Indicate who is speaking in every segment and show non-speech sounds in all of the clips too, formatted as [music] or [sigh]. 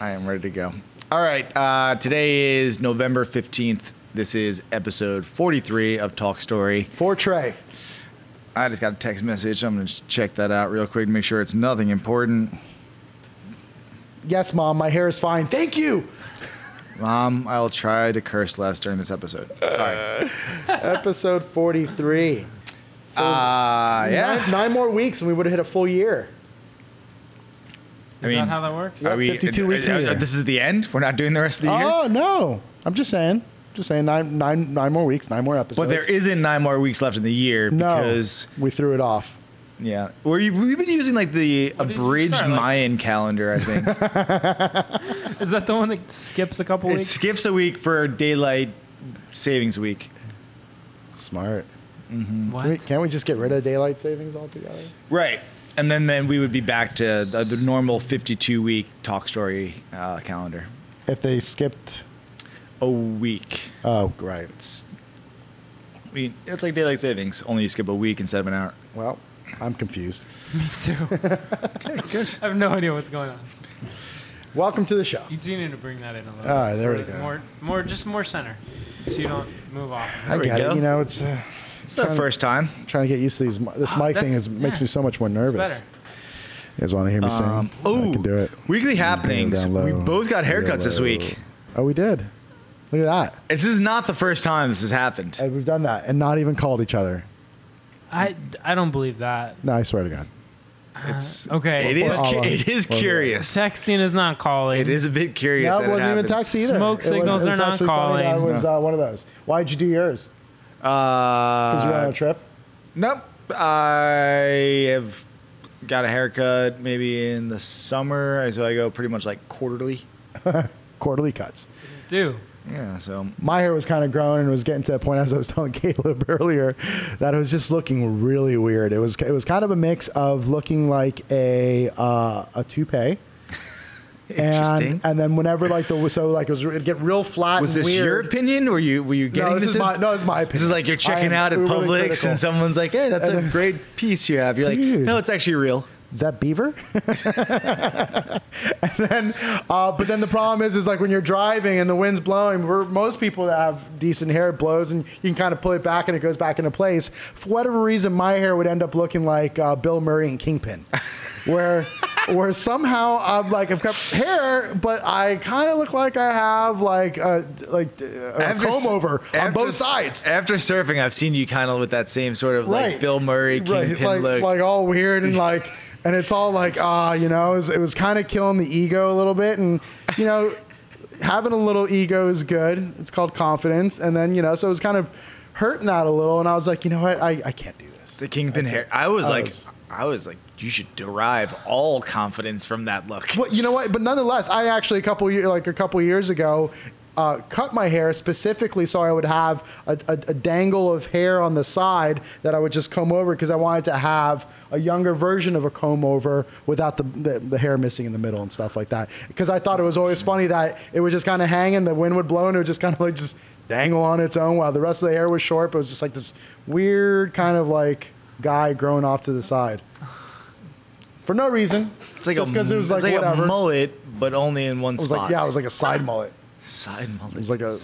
Speaker 1: I am ready to go. All right. Uh, today is November 15th. This is episode 43 of Talk Story.
Speaker 2: For Trey.
Speaker 1: I just got a text message. I'm going to check that out real quick to make sure it's nothing important.
Speaker 2: Yes, mom, my hair is fine. Thank you.
Speaker 1: Mom, I'll try to curse less during this episode. Sorry.
Speaker 2: Episode 43. So
Speaker 1: Uh, yeah.
Speaker 2: nine, nine more weeks and we would have hit a full year.
Speaker 1: I
Speaker 3: Is
Speaker 1: mean,
Speaker 3: that how that works?
Speaker 1: are we,
Speaker 2: 52 weeks
Speaker 1: uh,
Speaker 2: in.
Speaker 1: this is the end? We're not doing the rest of the year?
Speaker 2: Oh, no. I'm just saying. Just saying nine, nine, nine more weeks, nine more episodes.
Speaker 1: But there isn't nine more weeks left in the year
Speaker 2: no.
Speaker 1: because
Speaker 2: we threw it off.
Speaker 1: yeah, where you, we've been using like the
Speaker 3: did you
Speaker 1: abridged
Speaker 3: start, like-
Speaker 1: Mayan calendar. I
Speaker 2: [laughs]
Speaker 1: think
Speaker 3: Is that the one that skips a couple
Speaker 1: it
Speaker 3: weeks?
Speaker 1: skips a week for daylight savings week.
Speaker 2: Smart.
Speaker 3: What?
Speaker 2: Can we, can't we just get rid of daylight savings altogether?
Speaker 1: Right. And then, then we would be back to the, the normal 52 week talk story uh, calendar.
Speaker 2: If they skipped.
Speaker 1: A week.
Speaker 2: Oh, right.
Speaker 1: It's, I mean, it's like daylight savings, only you skip a week instead of an hour.
Speaker 2: Well, I'm confused.
Speaker 3: Me [laughs] too.
Speaker 1: Okay, good.
Speaker 3: I have no idea what's going on.
Speaker 2: Welcome to the show.
Speaker 3: You do need to bring that in a little.
Speaker 2: All right,
Speaker 3: bit
Speaker 2: there
Speaker 3: for
Speaker 2: we go.
Speaker 3: More, more, just more center, so you don't move off.
Speaker 2: I
Speaker 1: we
Speaker 2: get
Speaker 1: go.
Speaker 2: it. You know, it's uh,
Speaker 1: It's the first time.
Speaker 2: trying to get used to these. mi- This mic thing
Speaker 3: Ah, that's-
Speaker 2: is, makes
Speaker 3: yeah.
Speaker 2: me so much more
Speaker 3: It's
Speaker 2: nervous.
Speaker 3: better.
Speaker 2: You guys want to hear me sing?
Speaker 1: Um,
Speaker 2: I
Speaker 1: oh,
Speaker 2: can do it.
Speaker 1: weekly
Speaker 2: Bring it
Speaker 1: happenings.
Speaker 2: down
Speaker 1: We
Speaker 2: low.
Speaker 1: both got
Speaker 2: Bring it
Speaker 1: haircuts this
Speaker 2: low.
Speaker 1: week.
Speaker 2: Oh, we did. Look at that.
Speaker 1: This is not the first time this has happened.
Speaker 2: And we've done that and not even called each other.
Speaker 3: I, I don't believe that.
Speaker 2: No, I swear to God.
Speaker 1: It's
Speaker 3: okay.
Speaker 1: It is.
Speaker 2: Well,
Speaker 1: cu-
Speaker 2: uh,
Speaker 1: It is
Speaker 2: well,
Speaker 1: curious.
Speaker 3: Texting is not calling.
Speaker 1: It is a bit curious.
Speaker 2: no,
Speaker 1: that
Speaker 2: it wasn't even
Speaker 1: happens.
Speaker 2: taxi either.
Speaker 3: Smoke
Speaker 2: It was-
Speaker 3: signals
Speaker 2: it
Speaker 3: are
Speaker 2: was
Speaker 3: not
Speaker 2: actually funny. I
Speaker 3: calling.
Speaker 2: was uh, one of those. Why'd you do yours? Because you were on
Speaker 1: Uh,
Speaker 2: a trip.
Speaker 1: nope. I have got a haircut maybe in the summer, so I go pretty much like quarterly.
Speaker 2: Quarterly cuts.
Speaker 3: Do.
Speaker 1: Yeah. So
Speaker 2: My hair was kind of growing and was getting to that point as I was telling [laughs] Caleb earlier that it was just looking really weird. It was it was kind of a mix of looking like a uh, a toupee.
Speaker 1: interesting.
Speaker 2: And, and then whenever like the so like it was it'd get real flat.
Speaker 1: was
Speaker 2: and
Speaker 1: this
Speaker 2: weird.
Speaker 1: your opinion? Were you were you getting
Speaker 2: No, this, is
Speaker 1: in-
Speaker 2: my no, this is my opinion.
Speaker 1: This is like you're checking
Speaker 2: I am
Speaker 1: out at
Speaker 2: really
Speaker 1: Publix
Speaker 2: critical.
Speaker 1: and someone's like, "Hey, that's a
Speaker 2: And then-
Speaker 1: great piece you have." You're like,
Speaker 2: Dude.
Speaker 1: "No, it's actually real."
Speaker 2: is that beaver? [laughs] and then, uh, but then the problem is, is like when you're driving and the wind's blowing. We're, most people that have decent hair it blows, and you can kind of pull it back, and it goes back into place. For whatever reason, my hair would end up looking like uh, Bill Murray and Kingpin, [laughs] where. Where somehow I'm like I've got hair, but I kind of look like I have like a like a comb
Speaker 1: s-
Speaker 2: over on
Speaker 1: after
Speaker 2: both
Speaker 1: s-
Speaker 2: sides.
Speaker 1: After surfing, I've seen you kind of with that same sort of like
Speaker 2: Right.
Speaker 1: Bill Murray kingpin
Speaker 2: like,
Speaker 1: look.
Speaker 2: like all weird and like, and it's all like, ah, you know, it was, it was kind of killing the ego a little bit, and you know, having a little ego is good. It's called confidence, and then you know, so it was kind of hurting that a little, and I was like, you know what, I, I can't do this.
Speaker 1: the kingpin hair. I was
Speaker 2: I
Speaker 1: like,
Speaker 2: was-
Speaker 1: I was like, you should derive all confidence from that look.
Speaker 2: But you know what? But nonetheless, I actually a couple year, like a couple years ago. Uh, cut my hair specifically so I would have a, a, a dangle of hair on the side that I would just comb over because I wanted to have a younger version of a comb over without the, the, the hair missing in the middle and stuff like that. Because I thought it was always funny that it would just kind of hang and the wind would blow and it would just kind of like just dangle on its own while the rest of the hair was short. But it was just like this weird kind of like guy growing off to the side. For no reason.
Speaker 1: It's like
Speaker 2: just
Speaker 1: a,
Speaker 2: because it was
Speaker 1: it's
Speaker 2: like,
Speaker 1: like
Speaker 2: whatever.
Speaker 1: a mullet, but only in one
Speaker 2: It was
Speaker 1: spot.
Speaker 2: like yeah, it was like a side mullet.
Speaker 1: side mullet.
Speaker 2: It was like a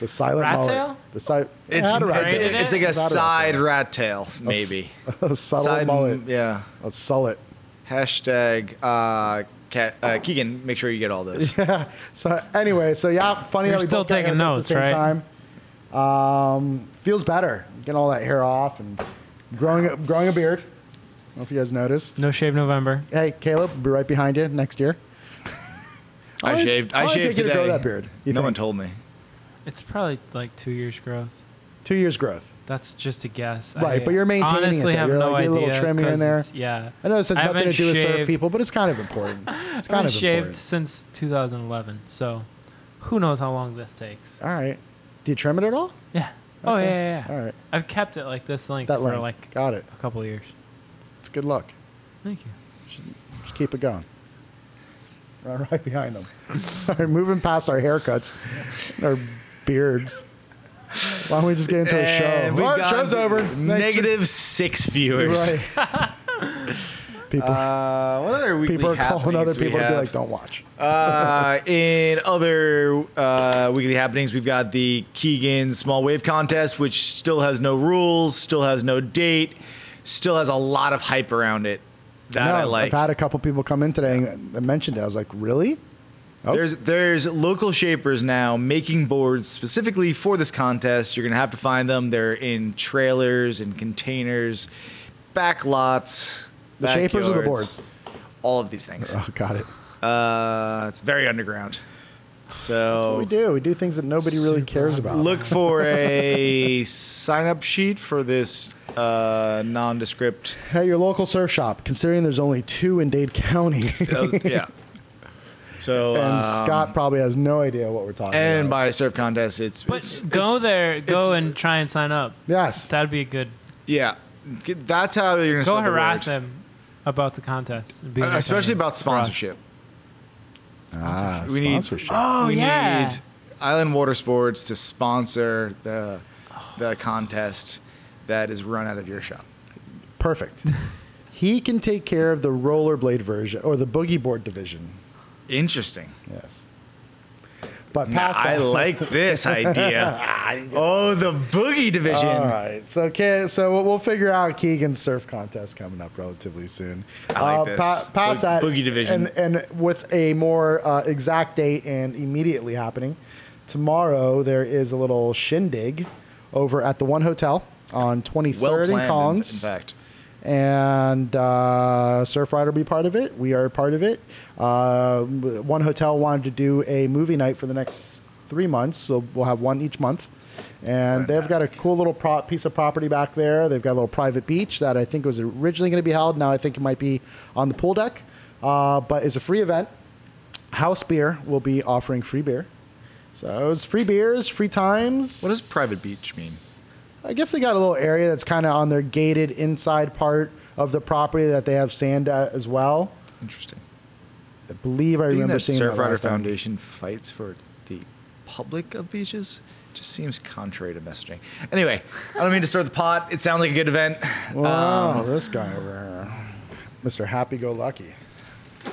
Speaker 2: the silent
Speaker 3: Rat
Speaker 2: mullet.
Speaker 3: tail?
Speaker 2: The side.
Speaker 1: It's,
Speaker 2: had a rat
Speaker 1: it's,
Speaker 2: tail.
Speaker 3: Braided
Speaker 1: it's like a
Speaker 2: It had a rat
Speaker 1: side rat tail, maybe.
Speaker 2: tail. [laughs] a subtle
Speaker 1: Side,
Speaker 2: mullet.
Speaker 1: yeah.
Speaker 2: A sullet. [laughs]
Speaker 1: Hashtag uh, Kat, uh, Keegan. Make sure you get all
Speaker 2: [laughs]
Speaker 1: those.
Speaker 2: So anyway, so yeah, funny
Speaker 3: You're
Speaker 2: how we
Speaker 3: still
Speaker 2: both got
Speaker 3: taking
Speaker 2: haircuts
Speaker 3: notes,
Speaker 2: at the
Speaker 3: right?
Speaker 2: same time. Um, feels better getting all that hair off and growing a- growing a beard. I don't know if you guys noticed.
Speaker 3: No shave November.
Speaker 2: Hey, Caleb, be right behind you next year.
Speaker 1: I
Speaker 2: I'll-
Speaker 1: shaved.
Speaker 2: I'll
Speaker 1: I
Speaker 2: take
Speaker 1: shaved
Speaker 2: you to
Speaker 1: today.
Speaker 2: grow that beard,
Speaker 1: No
Speaker 2: you think?
Speaker 1: one told me.
Speaker 3: It's probably like two years growth.
Speaker 2: Two years growth.
Speaker 3: That's just a guess.
Speaker 2: Right,
Speaker 3: I
Speaker 2: but you're maintaining it,
Speaker 3: honestly
Speaker 2: though.
Speaker 3: Have
Speaker 2: You're
Speaker 3: no
Speaker 2: like,
Speaker 3: idea.
Speaker 2: you're a little trim here and
Speaker 3: 'cause
Speaker 2: there.
Speaker 3: it's- Yeah.
Speaker 2: I know this has
Speaker 3: I
Speaker 2: nothing to
Speaker 3: haven't
Speaker 2: do with surf
Speaker 3: shaved-
Speaker 2: people, but it's kind of
Speaker 3: [laughs]
Speaker 2: important. It's
Speaker 3: I
Speaker 2: kind
Speaker 3: haven't
Speaker 2: of
Speaker 3: shaved
Speaker 2: important.
Speaker 3: since 2011, so who knows how long this takes?
Speaker 2: All right. Do you trim it at all?
Speaker 3: Yeah. Oh yeah,
Speaker 2: Okay.
Speaker 3: yeah. yeah.
Speaker 2: All right.
Speaker 3: I've kept it like this length
Speaker 2: That
Speaker 3: for
Speaker 2: length.
Speaker 3: like
Speaker 2: Got it.
Speaker 3: a couple of years.
Speaker 2: It's good luck.
Speaker 3: Thank you.
Speaker 2: Just keep it going. Right, right behind them. [laughs] All right, moving past our haircuts, our beards. Why don't we just get into
Speaker 1: Eh,
Speaker 2: a show?
Speaker 1: And we've
Speaker 2: All right,
Speaker 1: gone
Speaker 2: show's
Speaker 1: to
Speaker 2: over. Thanks
Speaker 1: [laughs]
Speaker 2: for-
Speaker 1: Negative six viewers.
Speaker 2: Right. People,
Speaker 1: Uh, what other weekly
Speaker 2: people are calling
Speaker 1: happenings
Speaker 2: other
Speaker 1: do we
Speaker 2: people to be
Speaker 1: have?
Speaker 2: like, don't watch.
Speaker 1: Uh, in other uh, weekly happenings, we've got the Keegan Small Wave Contest, which still has no rules, still has no date, still has a lot of hype around it. That I
Speaker 2: No,
Speaker 1: like.
Speaker 2: I've had a couple people come in today and and mentioned it. I was like, really? oh.
Speaker 1: There's there's local shapers now making boards specifically for this contest. You're gonna have to find them. They're in trailers and containers, back lots.
Speaker 2: The shapers or the
Speaker 1: backyards,
Speaker 2: boards?
Speaker 1: All of these things.
Speaker 2: Oh, got it.
Speaker 1: Uh, it's very underground. So
Speaker 2: That's what we do. We do things that nobody really
Speaker 3: Super
Speaker 2: cares about.
Speaker 1: Oh. look for a sign up sheet for this uh, nondescript.
Speaker 2: at your local surf shop, considering there's only two in Dade County. [laughs]
Speaker 1: that was- yeah. So
Speaker 2: and
Speaker 1: um,
Speaker 2: Scott probably has no idea what we're talking
Speaker 1: and
Speaker 2: about.
Speaker 1: by surf contest, it's
Speaker 3: But
Speaker 1: it's-
Speaker 3: go
Speaker 1: it's-
Speaker 3: there, go
Speaker 1: it's-
Speaker 3: and try and sign up.
Speaker 2: yes.
Speaker 3: That'd be a good.
Speaker 1: yeah. That's how you're gonna spread
Speaker 3: Go
Speaker 1: the
Speaker 3: harass
Speaker 1: word.
Speaker 3: them about the contest, and be
Speaker 1: Uh,
Speaker 3: like,
Speaker 1: especially
Speaker 3: um,
Speaker 1: about
Speaker 3: for us.
Speaker 1: sponsorship.
Speaker 2: Ah,
Speaker 1: We need
Speaker 2: sponsorship.
Speaker 3: Oh,
Speaker 1: we
Speaker 3: yeah.
Speaker 1: need Island Water Sports to sponsor the the contest that is run out of your shop. [laughs]
Speaker 2: Perfect. he can take care of the rollerblade version or the boogie board division.
Speaker 1: Interesting.
Speaker 2: Yes. But
Speaker 1: Now,
Speaker 2: past
Speaker 1: I
Speaker 2: that-
Speaker 1: like this
Speaker 2: [laughs]
Speaker 1: idea. oh, the boogie division.
Speaker 2: All right. So okay, so we'll- we'll figure out Keegan's surf contest coming up relatively soon.
Speaker 1: I like this.
Speaker 2: past
Speaker 1: Boog-
Speaker 2: that,
Speaker 1: boogie division.
Speaker 2: and and with a more uh, exact date and immediately happening tomorrow, there is a little shindig over at the One Hotel on Twenty
Speaker 1: well
Speaker 2: Third
Speaker 1: planned.
Speaker 2: and
Speaker 1: in-
Speaker 2: Collins
Speaker 1: in fact,
Speaker 2: and uh, Surf Rider will be part of it. We are part of it. Uh, one hotel wanted to do a movie night for the next three months, so we'll have one each month. And they've got a cool little pro- piece of property back there. They've got a little private beach that I think was originally going to be held. Now I think it might be on the pool deck, uh, but it's a free event. House Beer will be offering free beer. So it's free beers, free times.
Speaker 1: what does private beach mean?
Speaker 2: I guess they got a little area that's kind of on their gated inside part of the property that they have sand at as well.
Speaker 1: Interesting.
Speaker 2: I believe I
Speaker 1: Being
Speaker 2: remember
Speaker 1: that
Speaker 2: seeing
Speaker 1: Surf
Speaker 2: that
Speaker 1: Rider
Speaker 2: last time.
Speaker 1: Foundation fights for the public of beaches just seems contrary to messaging. Anyway, I don't mean to stir the pot. It sounds like a good event.
Speaker 2: Wow,
Speaker 1: Um,
Speaker 2: this guy over here, Mr. Happy Go Lucky.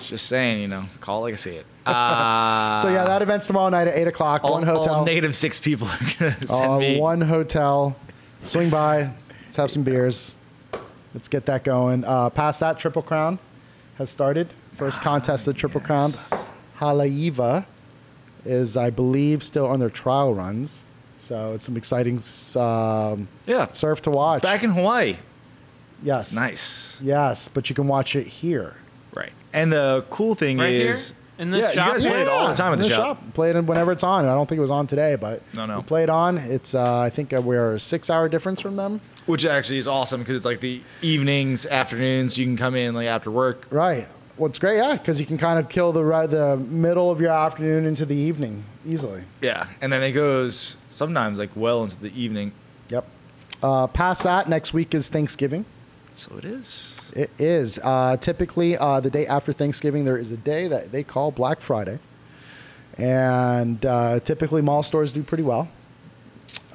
Speaker 1: Just saying, you know, call it like I see
Speaker 2: [laughs]
Speaker 1: it. Uh,
Speaker 2: so yeah, that event's tomorrow night at eight o'clock.
Speaker 1: all,
Speaker 2: one hotel.
Speaker 1: all negative six people are
Speaker 2: [laughs]
Speaker 1: gonna send
Speaker 2: uh,
Speaker 1: me.
Speaker 2: One hotel. Swing by. Let's have some beers. Let's get that going. Uh, past that, Triple Crown has started. First contest of Triple Crown. Haleiwa is, I believe, still on their trial runs. So it's some exciting um,
Speaker 1: Yeah.
Speaker 2: surf to watch.
Speaker 1: Back in Hawaii.
Speaker 2: yes.
Speaker 1: Nice.
Speaker 2: Yes, but you can watch it here.
Speaker 1: Right. And the cool thing
Speaker 3: Right here
Speaker 1: is
Speaker 3: in this
Speaker 1: yeah,
Speaker 3: shop.
Speaker 1: you guys play it all the time at
Speaker 2: in
Speaker 1: the, shop.
Speaker 2: Play it whenever it's on. I don't think it was on today, but
Speaker 1: No, no.
Speaker 2: we play it on. It's uh, I think uh, we're a six-hour difference from them.
Speaker 1: Which actually is awesome because it's like the evenings, afternoons, you can come in like after work.
Speaker 2: Right. Well, it's great, yeah, because you can kind of kill the ri- the middle of your afternoon into the evening easily.
Speaker 1: Yeah. And then it goes sometimes like well into the evening.
Speaker 2: Yep. Uh, past that, next week is Thanksgiving.
Speaker 1: So it is.
Speaker 2: It is uh, typically uh, the day after Thanksgiving. There is a day that they call Black Friday, and uh, typically mall stores do pretty well.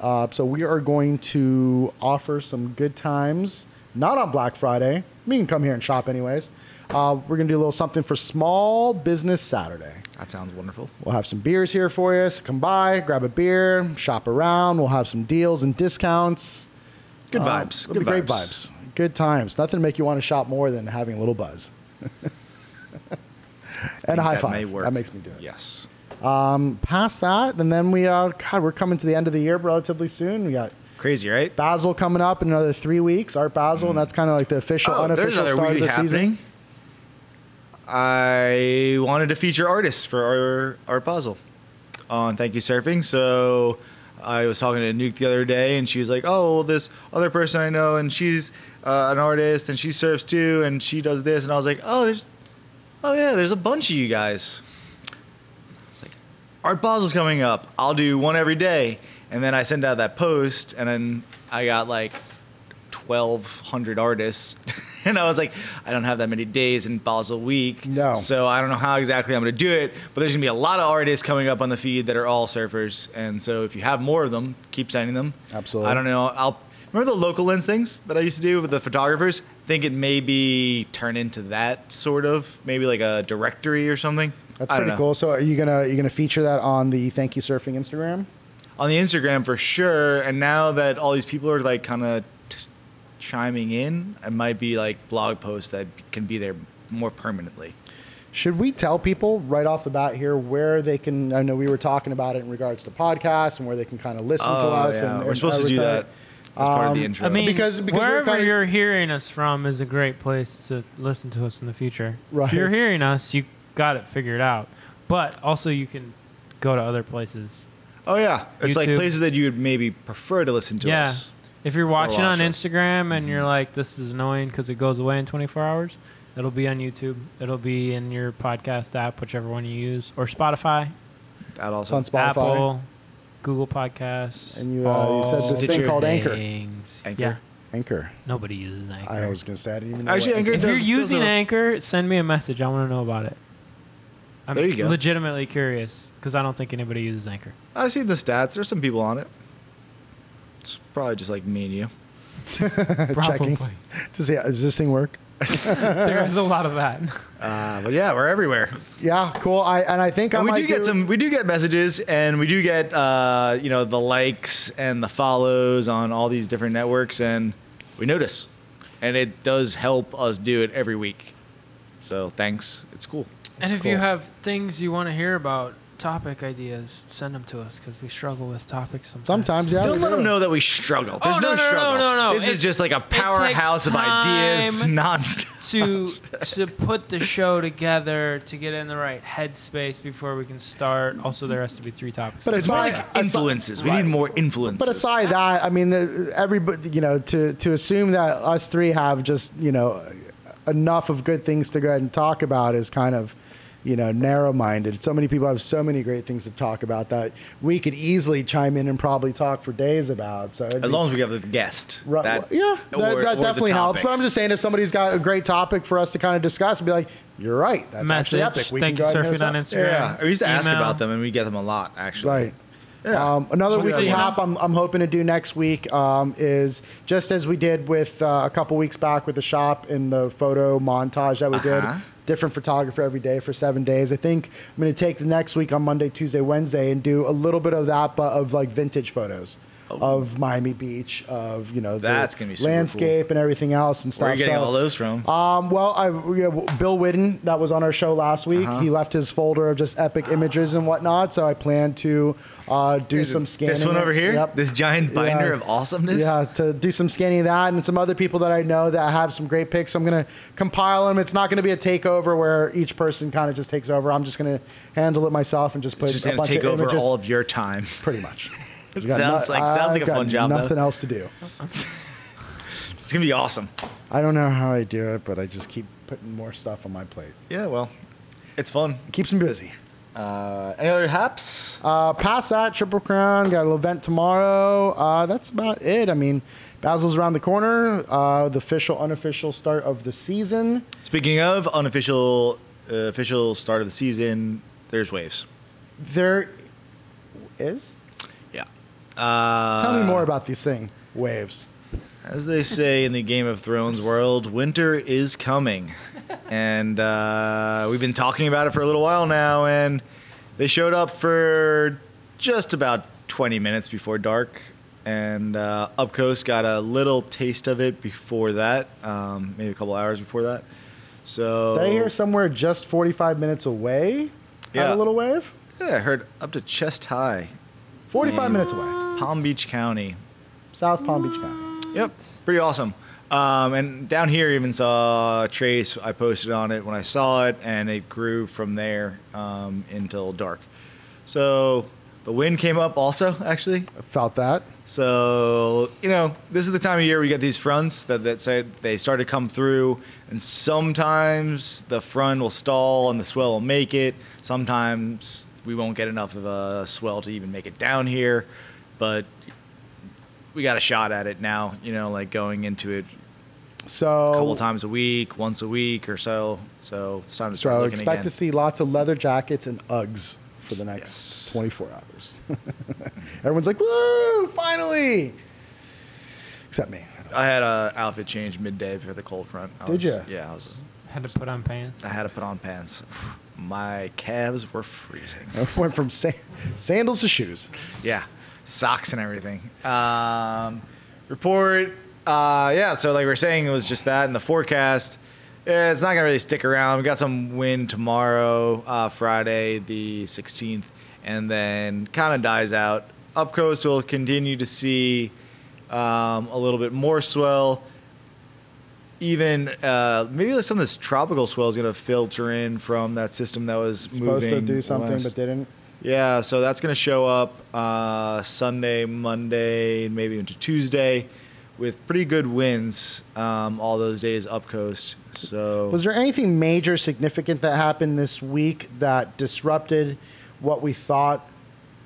Speaker 2: Uh, so we are going to offer some good times, not on Black Friday. We can come here and shop anyways. Uh, we're gonna do a little something for Small Business Saturday.
Speaker 1: That sounds wonderful.
Speaker 2: We'll have some beers here for you. So come by, grab a beer, shop around. We'll have some deals and discounts.
Speaker 1: Good
Speaker 2: Um,
Speaker 1: vibes.
Speaker 2: it'll
Speaker 1: Good
Speaker 2: be
Speaker 1: vibes.
Speaker 2: Great vibes. Good times. Nothing to make you want to shop more than having a
Speaker 1: [laughs]
Speaker 2: little buzz. and a high
Speaker 1: that
Speaker 2: five.
Speaker 1: may work.
Speaker 2: That makes me do it.
Speaker 1: Yes.
Speaker 2: Past that, and then we, uh, God, we're coming to the end of the year relatively soon. We got
Speaker 1: Crazy, right?
Speaker 2: Basel coming up in another three weeks, Art Basel, and that's kind of like the official,
Speaker 1: Hmm. Oh, there's
Speaker 2: unofficial
Speaker 1: another
Speaker 2: start of
Speaker 1: weekly
Speaker 2: the season.
Speaker 1: happening. I wanted to feature artists for our, our puzzle on Thank You Surfing. So I was talking to Nuke the other day, and she was like, "Oh, well, this other person I know, and she's uh, an artist, and she surfs too, and she does this." And I was like, "Oh, there's, oh yeah, there's a bunch of you guys." It's like, Art Basel's coming up. I'll do one every day, and then I send out that post, and then I got like 1,200 artists. [laughs] and I was like, I don't have that many days in Basel week.
Speaker 2: No.
Speaker 1: So I don't know how exactly I'm going to do it, but there's going to be a lot of artists coming up on the feed that are all surfers. And so if you have more of them, keep sending them.
Speaker 2: Absolutely.
Speaker 1: I don't know. I'll. Remember the local lens things that I used to do with the photographers? Think it maybe turn into that sort of maybe like a directory or something.
Speaker 2: That's
Speaker 1: I don't
Speaker 2: pretty
Speaker 1: know.
Speaker 2: cool. So are you gonna you gonna feature that on the Thank You Surfing Instagram?
Speaker 1: on the Instagram for sure. And now that all these people are like kind of t- chiming in, it might be like blog posts that can be there more permanently.
Speaker 2: Should we tell people right off the bat here where they can? I know we were talking about it in regards to podcasts and where they can kind of listen to us. and,
Speaker 1: Oh, we're
Speaker 2: and
Speaker 1: supposed to do that
Speaker 2: everything.
Speaker 1: as part of the
Speaker 2: Um,
Speaker 1: intro.
Speaker 3: I mean,
Speaker 2: Because- because we're
Speaker 3: wherever
Speaker 2: kinda-
Speaker 3: you're hearing us from is a great place to listen to us in the future.
Speaker 2: Right.
Speaker 3: If you're hearing us, you got it figured out. But also, you can go to other places.
Speaker 1: oh yeah, it's like
Speaker 3: YouTube.
Speaker 1: places that you would maybe prefer to listen to
Speaker 3: yeah.
Speaker 1: us.
Speaker 3: If you're watching
Speaker 1: watch
Speaker 3: on
Speaker 1: us.
Speaker 3: Instagram and
Speaker 2: Mm-hmm.
Speaker 3: you're like, this is annoying because it goes away in 24 hours, it'll be on YouTube. It'll be in your podcast app, whichever one you use, or Spotify,
Speaker 1: That
Speaker 2: It's
Speaker 1: also.
Speaker 2: on Spotify.
Speaker 3: Apple, Google Podcasts.
Speaker 2: And you, uh, you said this
Speaker 1: Stitcher.
Speaker 2: thing called Anchor.
Speaker 3: Things.
Speaker 1: Anchor.
Speaker 3: Yeah.
Speaker 2: Anchor.
Speaker 3: Nobody uses Anchor.
Speaker 2: I was gonna say I didn't even know.
Speaker 1: Actually,
Speaker 2: what
Speaker 1: Anchor
Speaker 3: if you're
Speaker 1: does- does
Speaker 3: using
Speaker 1: a-
Speaker 3: Anchor, send me a message. I want to know about it. I'm
Speaker 1: There you go.
Speaker 3: legitimately curious because I don't think anybody uses Anchor.
Speaker 1: I've seen the stats. There's some people on it. It's probably just like me and you.
Speaker 2: [laughs] checking
Speaker 3: Probably.
Speaker 2: to see does this thing work?
Speaker 3: there is a lot of
Speaker 2: [laughs]
Speaker 3: that.
Speaker 1: Uh, but yeah, we're everywhere.
Speaker 2: Yeah, cool. I and I think I
Speaker 1: And we
Speaker 2: might
Speaker 1: do get some, we do get messages, and we do get uh, you know the likes and the follows on all these different networks, and we notice, and it does help us do it every week. So thanks, it's cool.
Speaker 3: and if
Speaker 2: you cool.
Speaker 3: have things you want to hear about, topic ideas, send them to us because we struggle with topics sometimes.
Speaker 2: Sometimes, yeah.
Speaker 1: Don't
Speaker 2: we
Speaker 1: let
Speaker 2: do.
Speaker 1: them know that we struggle. There's
Speaker 3: Oh, no, no, no,
Speaker 1: struggle.
Speaker 3: no, no.
Speaker 1: This is
Speaker 3: It's-
Speaker 1: just like a
Speaker 3: takes
Speaker 1: powerhouse of ideas,
Speaker 3: time.
Speaker 1: nonstop.
Speaker 2: [laughs]
Speaker 3: to to put the show together to get in the right headspace before we can start. Also, there has to be three topics.
Speaker 2: But
Speaker 1: It's more
Speaker 2: aside,
Speaker 1: like influences. We
Speaker 2: Right.
Speaker 1: need more influences.
Speaker 2: But aside that, I mean, the, everybody, you know, to to assume that us three have just you know enough of good things to go ahead and talk about is kind of you know narrow-minded. So many people have so many great things to talk about that we could easily chime in and probably talk for days about. So it'd
Speaker 1: as
Speaker 2: be-
Speaker 1: long as we have the guest,
Speaker 2: Right.
Speaker 1: that-
Speaker 2: yeah, that,
Speaker 1: or- or
Speaker 2: that
Speaker 1: the
Speaker 2: definitely helps. But I'm
Speaker 1: topics.
Speaker 2: just saying, if somebody's got a great topic for us to kind of discuss, be like, "You're right. That's
Speaker 3: message.
Speaker 2: actually epic. We
Speaker 3: Thank
Speaker 2: can
Speaker 3: you,
Speaker 2: go ahead and
Speaker 3: surfing
Speaker 2: hit us
Speaker 3: on
Speaker 2: up."
Speaker 1: Yeah,
Speaker 3: Instagram.
Speaker 1: I used to ask
Speaker 3: email.
Speaker 1: about them, and we get them a lot actually.
Speaker 2: Right.
Speaker 1: Yeah.
Speaker 2: Um, another
Speaker 1: Should we
Speaker 2: weekly
Speaker 1: do that
Speaker 2: wrap I'm, I'm hoping to do next week um, is just as we did with uh, a couple weeks back with the shop and the photo montage that we
Speaker 1: Uh-huh.
Speaker 2: did. Different photographer every day for seven days. I think I'm going to take the next week on Monday, Tuesday, Wednesday and do a little bit of that, but of like vintage photos. Of Miami Beach, of you know the
Speaker 1: Oh. That's gonna be super cool.
Speaker 2: landscape and everything else and stuff.
Speaker 1: Where are you getting
Speaker 2: So-
Speaker 1: all those from?
Speaker 2: um, well, I, we have Bill Whidden, that was on our show last week,
Speaker 1: Uh-huh.
Speaker 2: he left his folder of just epic images and whatnot. So I plan to uh, do some scanning.
Speaker 1: This one over here,
Speaker 2: Yep.
Speaker 1: this giant binder
Speaker 2: Yeah.
Speaker 1: of awesomeness.
Speaker 2: Yeah, to do some scanning of that and some other people that I know that have some great picks. I'm going to compile them. It's not going to be a takeover where each person kind of just takes over. I'm just going to handle it myself and just put
Speaker 1: it's just
Speaker 2: a
Speaker 1: gonna
Speaker 2: bunch
Speaker 1: take
Speaker 2: of
Speaker 1: over
Speaker 2: images.
Speaker 1: all of your time. [laughs]
Speaker 2: pretty much. I've got
Speaker 1: sounds
Speaker 2: no-
Speaker 1: like sounds like
Speaker 2: I've
Speaker 1: a
Speaker 2: got
Speaker 1: fun job.
Speaker 2: Nothing
Speaker 1: Though.
Speaker 2: else to do.
Speaker 1: It's gonna be awesome.
Speaker 2: I don't know how I do it, but I just keep putting more stuff on my plate.
Speaker 1: Yeah, well, it's fun.
Speaker 2: Keeps me busy.
Speaker 1: Uh, any other haps?
Speaker 2: Uh, past that, Triple Crown, got an event tomorrow. Uh, that's about it. I mean, Basil's around the corner. Uh, the official, unofficial start of the season.
Speaker 1: Speaking of unofficial, uh, official start of the season, there's waves.
Speaker 2: There is?
Speaker 1: Yeah. Uh,
Speaker 2: Tell me more about these thing waves.
Speaker 1: As they say in the Game of Thrones world, winter is coming. And uh, we've been talking about it for a little while now, and they showed up for just about 20 minutes before dark. And uh, Up Coast got a little taste of it before that, um, maybe a couple hours before that. So
Speaker 2: Did I hear somewhere just 45 minutes away? Had
Speaker 1: oh. Yeah.
Speaker 2: a little wave?
Speaker 1: yeah, I heard up to chest high, Mm.
Speaker 2: 45 minutes away.
Speaker 1: Palm Beach County.
Speaker 2: South Palm Beach County.
Speaker 1: Yep, pretty awesome. Um, and down here, even saw Trace. I posted on it when I saw it, and it grew from there um, until dark. So the wind came up also, actually.
Speaker 2: I felt that.
Speaker 1: So you know, this is the time of year we get these fronts that that say they start to come through, and sometimes the front will stall and the swell will make it. Sometimes we won't get enough of a swell to even make it down here, but we got a shot at it now. You know, like going into it
Speaker 2: So,
Speaker 1: a couple times a week, once a week or so. So it's time to start
Speaker 2: so
Speaker 1: looking
Speaker 2: expect
Speaker 1: again.
Speaker 2: to see lots of leather jackets and Uggs for the next
Speaker 1: Yes.
Speaker 2: [laughs] 24 hours. Everyone's like, "Woo! Finally!" except me. [laughs]
Speaker 1: I had a outfit change midday for the cold front. I
Speaker 2: Did
Speaker 1: was-
Speaker 2: ya?
Speaker 1: Yeah, I was.
Speaker 3: Had to put on pants.
Speaker 2: [laughs]
Speaker 1: I had to put on pants. [sighs] My calves were freezing.
Speaker 2: I went from sa- sandals to shoes.
Speaker 1: yeah, socks and everything. Um, report. Uh, yeah, so like we are saying, it was just that. And the forecast, eh, it's not gonna really stick around. We got some wind tomorrow, uh, Friday the 16th, and then kind of dies out. Up coast, we'll continue to see um, a little bit more swell even uh, maybe like some of this tropical swell is going to filter in from that system that was
Speaker 2: Supposed to
Speaker 1: moving
Speaker 2: do something,
Speaker 1: west.
Speaker 2: but didn't.
Speaker 1: Yeah, so that's going to show up uh, Sunday, Monday, and maybe into Tuesday with pretty good winds um, all those days up coast. So
Speaker 2: Was there anything major significant that happened this week that disrupted what we thought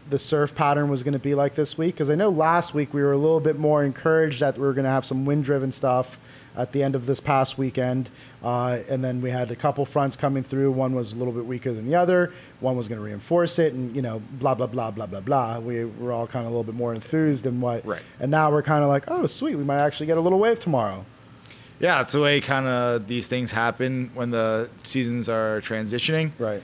Speaker 2: the surf pattern was going to be like this week? Because I know last week we were a little bit more encouraged that we were going to have some wind driven stuff at the end of this past weekend. Uh, and then we had a couple fronts coming through. One was a little bit weaker than the other, one was going to reinforce it, and, you know, blah, blah, blah, blah, blah, blah. We were all kind of a little bit more enthused than what.
Speaker 1: Right.
Speaker 2: And now we're kind of like, oh, sweet, we might actually get a little wave tomorrow.
Speaker 1: yeah, it's the way kind of these things happen when the seasons are transitioning.
Speaker 2: Right.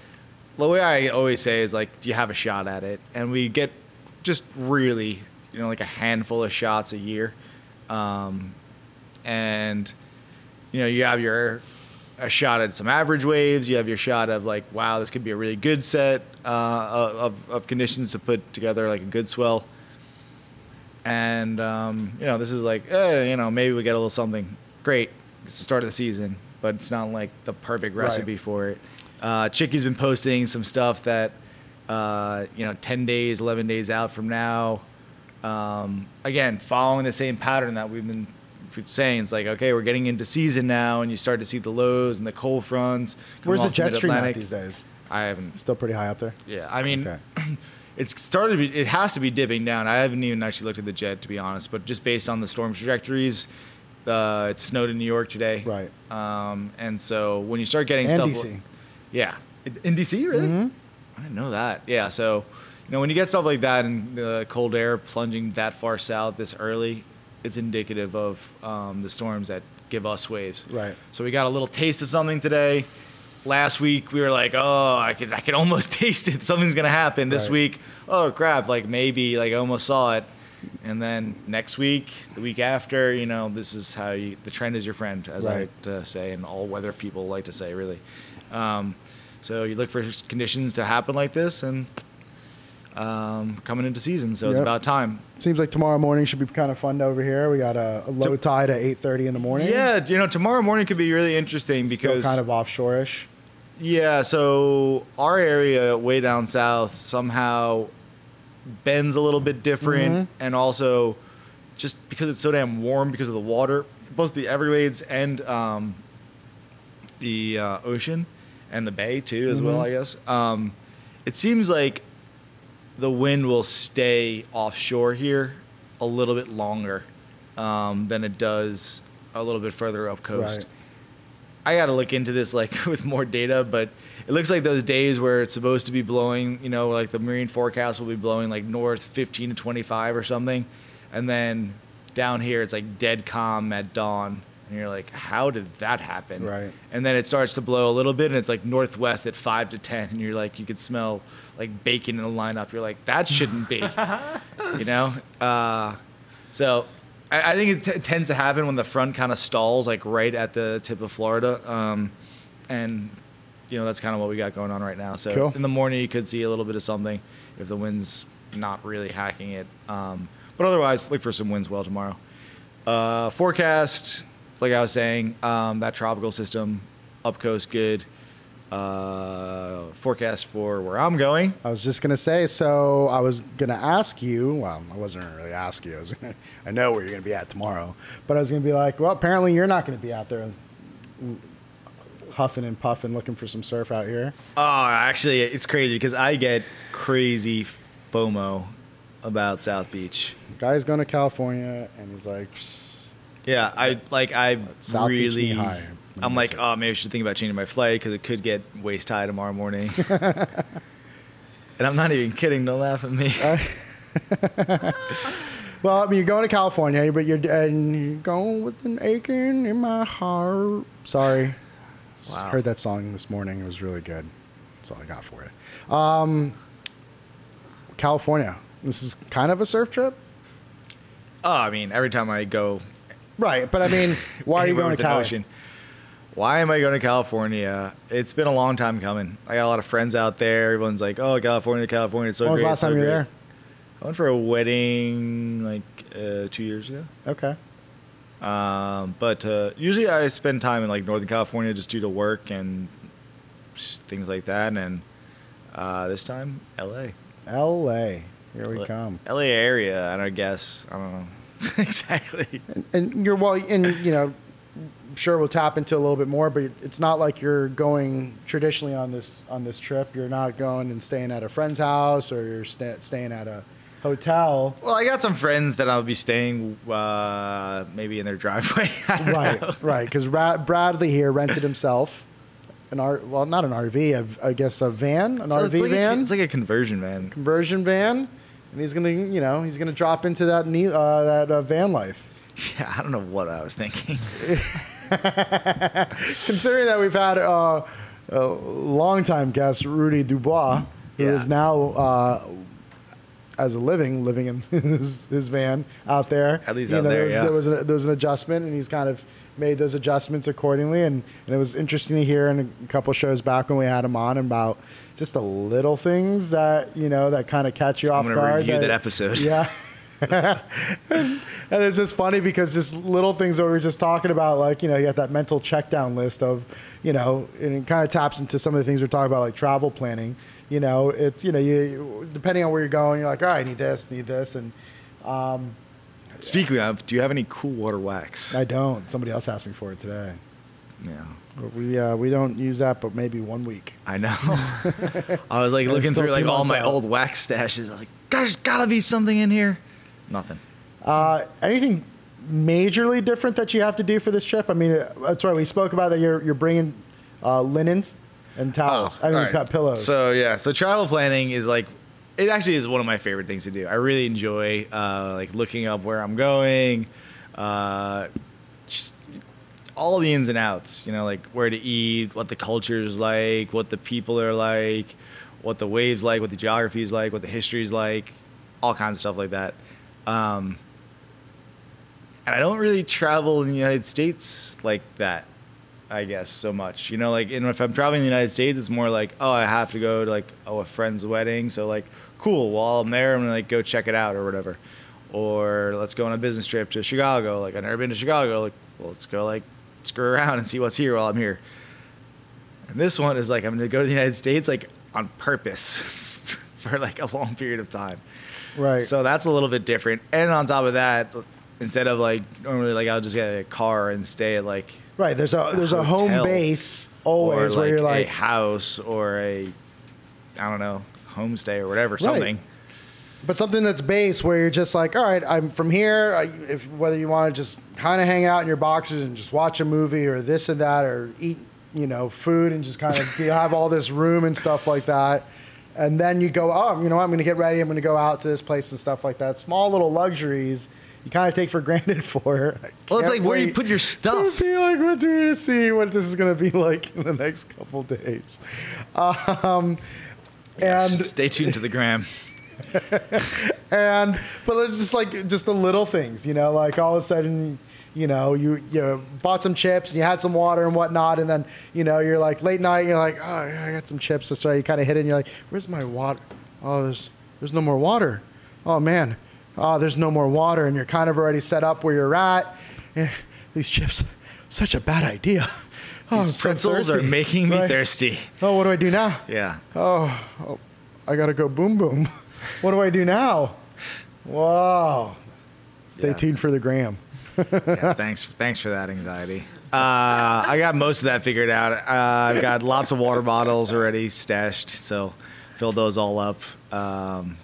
Speaker 1: the way I always say is like you have a shot at it, and we get just really you know like a handful of shots a year, um, and you know you have your a shot at some average waves. You have your shot of like wow this could be a really good set uh, of of conditions to put together like a good swell. And um, you know this is like eh, you know maybe we get a little something great. It's the start of the season, but it's not like the perfect recipe for it. Uh, Chicky's been posting some stuff that, uh, you know, 10 days, 11 days out from now. Um, again, following the same pattern that we've been saying. It's like, okay, we're getting into season now, and you start to see the lows and the cold fronts. come
Speaker 2: Where's the
Speaker 1: off
Speaker 2: jet stream at
Speaker 1: mid-Atlantic.
Speaker 2: these days?
Speaker 1: I haven't.
Speaker 2: Still pretty high up there.
Speaker 1: Yeah, I mean,
Speaker 2: Okay.
Speaker 1: it's started. It has to be dipping down. I haven't even actually looked at the jet to be honest, but just based on the storm trajectories, uh, it snowed in New York today.
Speaker 2: Right.
Speaker 1: Um, and so when you start getting
Speaker 2: And Mm-hmm.
Speaker 1: stuff,
Speaker 2: DC.
Speaker 1: yeah, In- in DC really. I didn't know that. Yeah, so you know when you get stuff like that and the cold air plunging that far south this early, it's indicative of um, the storms that give us waves.
Speaker 2: Right.
Speaker 1: So we got a little taste of something today. Last week we were like, oh, I could I could almost [laughs] taste it. Something's gonna happen. This
Speaker 2: Right.
Speaker 1: week, oh crap, like maybe like I almost saw it. And then next week, the week after, you know, this is how you, the trend is your friend, as I
Speaker 2: Right.
Speaker 1: like to say, and all weather people like to say, really. Um, so you look for conditions to happen like this, and um, coming into season, so it's
Speaker 2: Yep.
Speaker 1: about time.
Speaker 2: Seems like tomorrow morning should be kind of fun over here. We got a, a low
Speaker 1: To-
Speaker 2: tide at eight thirty in the morning.
Speaker 1: Yeah, you know, tomorrow morning could be really interesting
Speaker 2: Still
Speaker 1: because
Speaker 2: kind of offshore-ish.
Speaker 1: Yeah, so our area way down south somehow bends a little bit different,
Speaker 2: Mm-hmm.
Speaker 1: and also just because it's so damn warm because of the water, both the Everglades and um, the uh, ocean and the bay too, as well. I guess um, it seems like the wind will stay offshore here a little bit longer um, than it does a little bit further up coast.
Speaker 2: Right.
Speaker 1: I gotta look into this like [laughs] with more data, but it looks like those days where it's supposed to be blowing, you know, like the marine forecast will be blowing like north 15 to 25 or something, and then down here it's like dead calm at dawn, and you're like, how did that happen?
Speaker 2: Right.
Speaker 1: And then it starts to blow a little bit, and it's like northwest at five to 10, and you're like, you could smell like bacon in the lineup. You're like, that shouldn't be, you know. Uh, so I, I think it t- tends to happen when the front kind of stalls, like right at the tip of Florida. Um, and, you know, that's kind of what we got going on right now. So
Speaker 2: Cool.
Speaker 1: in the morning, you could see a little bit of something if the wind's not really hacking it. Um, but otherwise, look for some winds well tomorrow. Uh, forecast, like I was saying, um, that tropical system up coast good. Uh, forecast for where I'm going.
Speaker 2: I was just gonna say. So I was gonna ask you. Well, I wasn't gonna [laughs] really ask you. I, was I know where you're gonna be at tomorrow, but I was gonna be like, well, apparently you're not gonna be out there huffing and puffing looking for some surf out here.
Speaker 1: Oh, actually, it's crazy because I get crazy FOMO about South Beach.
Speaker 2: Guy's going to California, and he's like, "Psst,
Speaker 1: Yeah, I like I
Speaker 2: South Beach
Speaker 1: really.
Speaker 2: knee high.
Speaker 1: I'm like, oh, maybe I should think about changing my flight because it could get waist high tomorrow
Speaker 2: [laughs]
Speaker 1: morning. [laughs]
Speaker 2: [laughs]
Speaker 1: and I'm not even kidding. Don't laugh at me.
Speaker 2: Well, I mean, you're going to California, but you're and you're going with an aching in my heart. Sorry,
Speaker 1: Wow.
Speaker 2: heard that song this morning. It was really good. That's all I got for you. Um, California. This is kind of a surf trip,
Speaker 1: Oh, I mean, every time I go,
Speaker 2: right? But I mean,
Speaker 1: [laughs]
Speaker 2: why are you
Speaker 1: anywhere
Speaker 2: going
Speaker 1: with
Speaker 2: to
Speaker 1: an
Speaker 2: Cali?
Speaker 1: ocean, Why am I going to California? It's been a long time coming. I got a lot of friends out there. Everyone's like, "Oh, California, California, it's so
Speaker 2: When was
Speaker 1: great."
Speaker 2: the
Speaker 1: it's
Speaker 2: last
Speaker 1: so
Speaker 2: time you were
Speaker 1: great."
Speaker 2: there?
Speaker 1: I went for a wedding like uh, two years ago.
Speaker 2: Okay.
Speaker 1: Um, but uh, usually I spend time in like Northern California just due to work and s- things like that. And uh, this time, L.A.
Speaker 2: L.A. Here we
Speaker 1: L-
Speaker 2: come.
Speaker 1: L.A. area. I don't guess. I don't know [laughs] exactly.
Speaker 2: and you're well, and you know, sure we'll tap into a little bit more, but it's not like you're going traditionally on this on this trip. You're not going and staying at a friend's house or you're sta staying at a hotel.
Speaker 1: [laughs] Well, I got some friends that I'll be staying uh, maybe in their driveway. [laughs] I don't
Speaker 2: Right,
Speaker 1: know.
Speaker 2: right. Because Ra- Bradley here rented himself an R, well, not an RV, a, I guess a van, an
Speaker 1: So
Speaker 2: RV
Speaker 1: it's like
Speaker 2: van,
Speaker 1: A, it's like a conversion van. [laughs]
Speaker 2: conversion van, and he's gonna, you know, he's gonna drop into that ne- uh, that uh, van life.
Speaker 1: Yeah, I don't know what I was thinking. [laughs]
Speaker 2: [laughs] considering that we've had uh, a longtime guest, Rudy Dubois, who is
Speaker 1: Yeah.
Speaker 2: now uh, as a living living in [laughs] his, his van out there.
Speaker 1: At least
Speaker 2: You
Speaker 1: out
Speaker 2: know,
Speaker 1: there,
Speaker 2: was,
Speaker 1: yeah.
Speaker 2: there was an, there was an adjustment, and he's kind of made those adjustments accordingly. And, and it was interesting to hear in a couple shows back when we had him on about just the little things that you know that kind of catch you off
Speaker 1: gonna
Speaker 2: guard.
Speaker 1: review that episode.
Speaker 2: Yeah. [laughs] And it's just funny because just little things that we were just talking about, like, you know, you got that mental check down list of, you know, and it kind of taps into some of the things we're talking about, like travel planning. You know, it's, you know, you, depending on where you're going, you're like, all right, I need this, need this. And
Speaker 1: Speaking of, do you have any cool water wax?
Speaker 2: I don't. Somebody else asked me for it today.
Speaker 1: yeah,
Speaker 2: But we, uh, we don't use that, but maybe one week.
Speaker 1: I
Speaker 2: [laughs]
Speaker 1: know. I was like looking
Speaker 2: still
Speaker 1: through
Speaker 2: two
Speaker 1: like all
Speaker 2: months
Speaker 1: my
Speaker 2: out.
Speaker 1: old wax stashes. I was like, there's gotta be something in here. Nothing.
Speaker 2: Uh, anything majorly different that you have to do for this trip? I mean, uh, that's right. We spoke about that you're, you're bringing uh, linens and towels. Oh, I mean,
Speaker 1: all right.
Speaker 2: pa- pillows.
Speaker 1: Oh, So yeah, so travel planning is like, it actually is one of my favorite things to do. I really enjoy uh, like looking up where I'm going, uh, just all the ins and outs. You know, like where to eat, what the culture is like, what the people are like, what the waves like, what the geography is like, what the history is like, all kinds of stuff like that. Um, and I don't really travel in the United States like that, I guess, so much. You know, like, and if I'm traveling in the United States, it's more like, oh, I have to go to like, oh, a friend's wedding. So, like, cool. While I'm there, I'm going to like go check it out or whatever. Or let's go on a business trip to Chicago. Like, I've never been to Chicago. Like, well, let's go like screw around and see what's here while I'm here. And this one is like, I'm going to go to the United States like on purpose [laughs] for like a long period of time.
Speaker 2: right.
Speaker 1: So that's a little bit different. And on top of that, instead of like normally like I'll just get a car and stay at like
Speaker 2: Right. There's a there's a home
Speaker 1: hotel
Speaker 2: base always
Speaker 1: or,
Speaker 2: Oh, where you're
Speaker 1: a
Speaker 2: like
Speaker 1: house or a I don't know homestay or whatever something.
Speaker 2: but something that's base where you're just like, all right, I'm from here. I, if whether you want to just kind of hang out in your boxers and just watch a movie or this and that or eat, you know, food and just kind of you have all this room and stuff like that. And then you go, oh, you know, what, I'm going to get ready. I'm going to go out to this place and stuff like that. Small little luxuries you kind of take for granted [laughs] for. I
Speaker 1: Well, it's
Speaker 2: can't
Speaker 1: like where you
Speaker 2: wait
Speaker 1: put your
Speaker 2: to
Speaker 1: stuff.
Speaker 2: be like, what's here to see what this is going to be [laughs] like in the next couple days. Um, [laughs] and
Speaker 1: Stay tuned to the gram.
Speaker 2: and but it's just like just the little things, you know, like all of a sudden, you know, you you bought some chips and you had some water and whatnot, and then you know you're like late night, you're like, oh, yeah, I got some chips, that's right. You kind of hit it, and you're like, where's my water? Oh, there's there's no more water. Oh man, oh there's no more water, and you're kind of already set up where you're at. Eh, these chips, such a bad idea. [laughs] Oh, I'm
Speaker 1: These
Speaker 2: so
Speaker 1: pretzels are
Speaker 2: thirsty.
Speaker 1: making me
Speaker 2: Right?
Speaker 1: thirsty.
Speaker 2: Oh, what do I do now?
Speaker 1: Yeah.
Speaker 2: I gotta go boom boom. [laughs] What do I do now? Wow. Stay
Speaker 1: Yeah.
Speaker 2: tuned for the gram.
Speaker 1: yeah, thanks, thanks for that anxiety. Uh, I got most of that figured out. Uh, I've got lots of water bottles already stashed, so filled those all up. Um,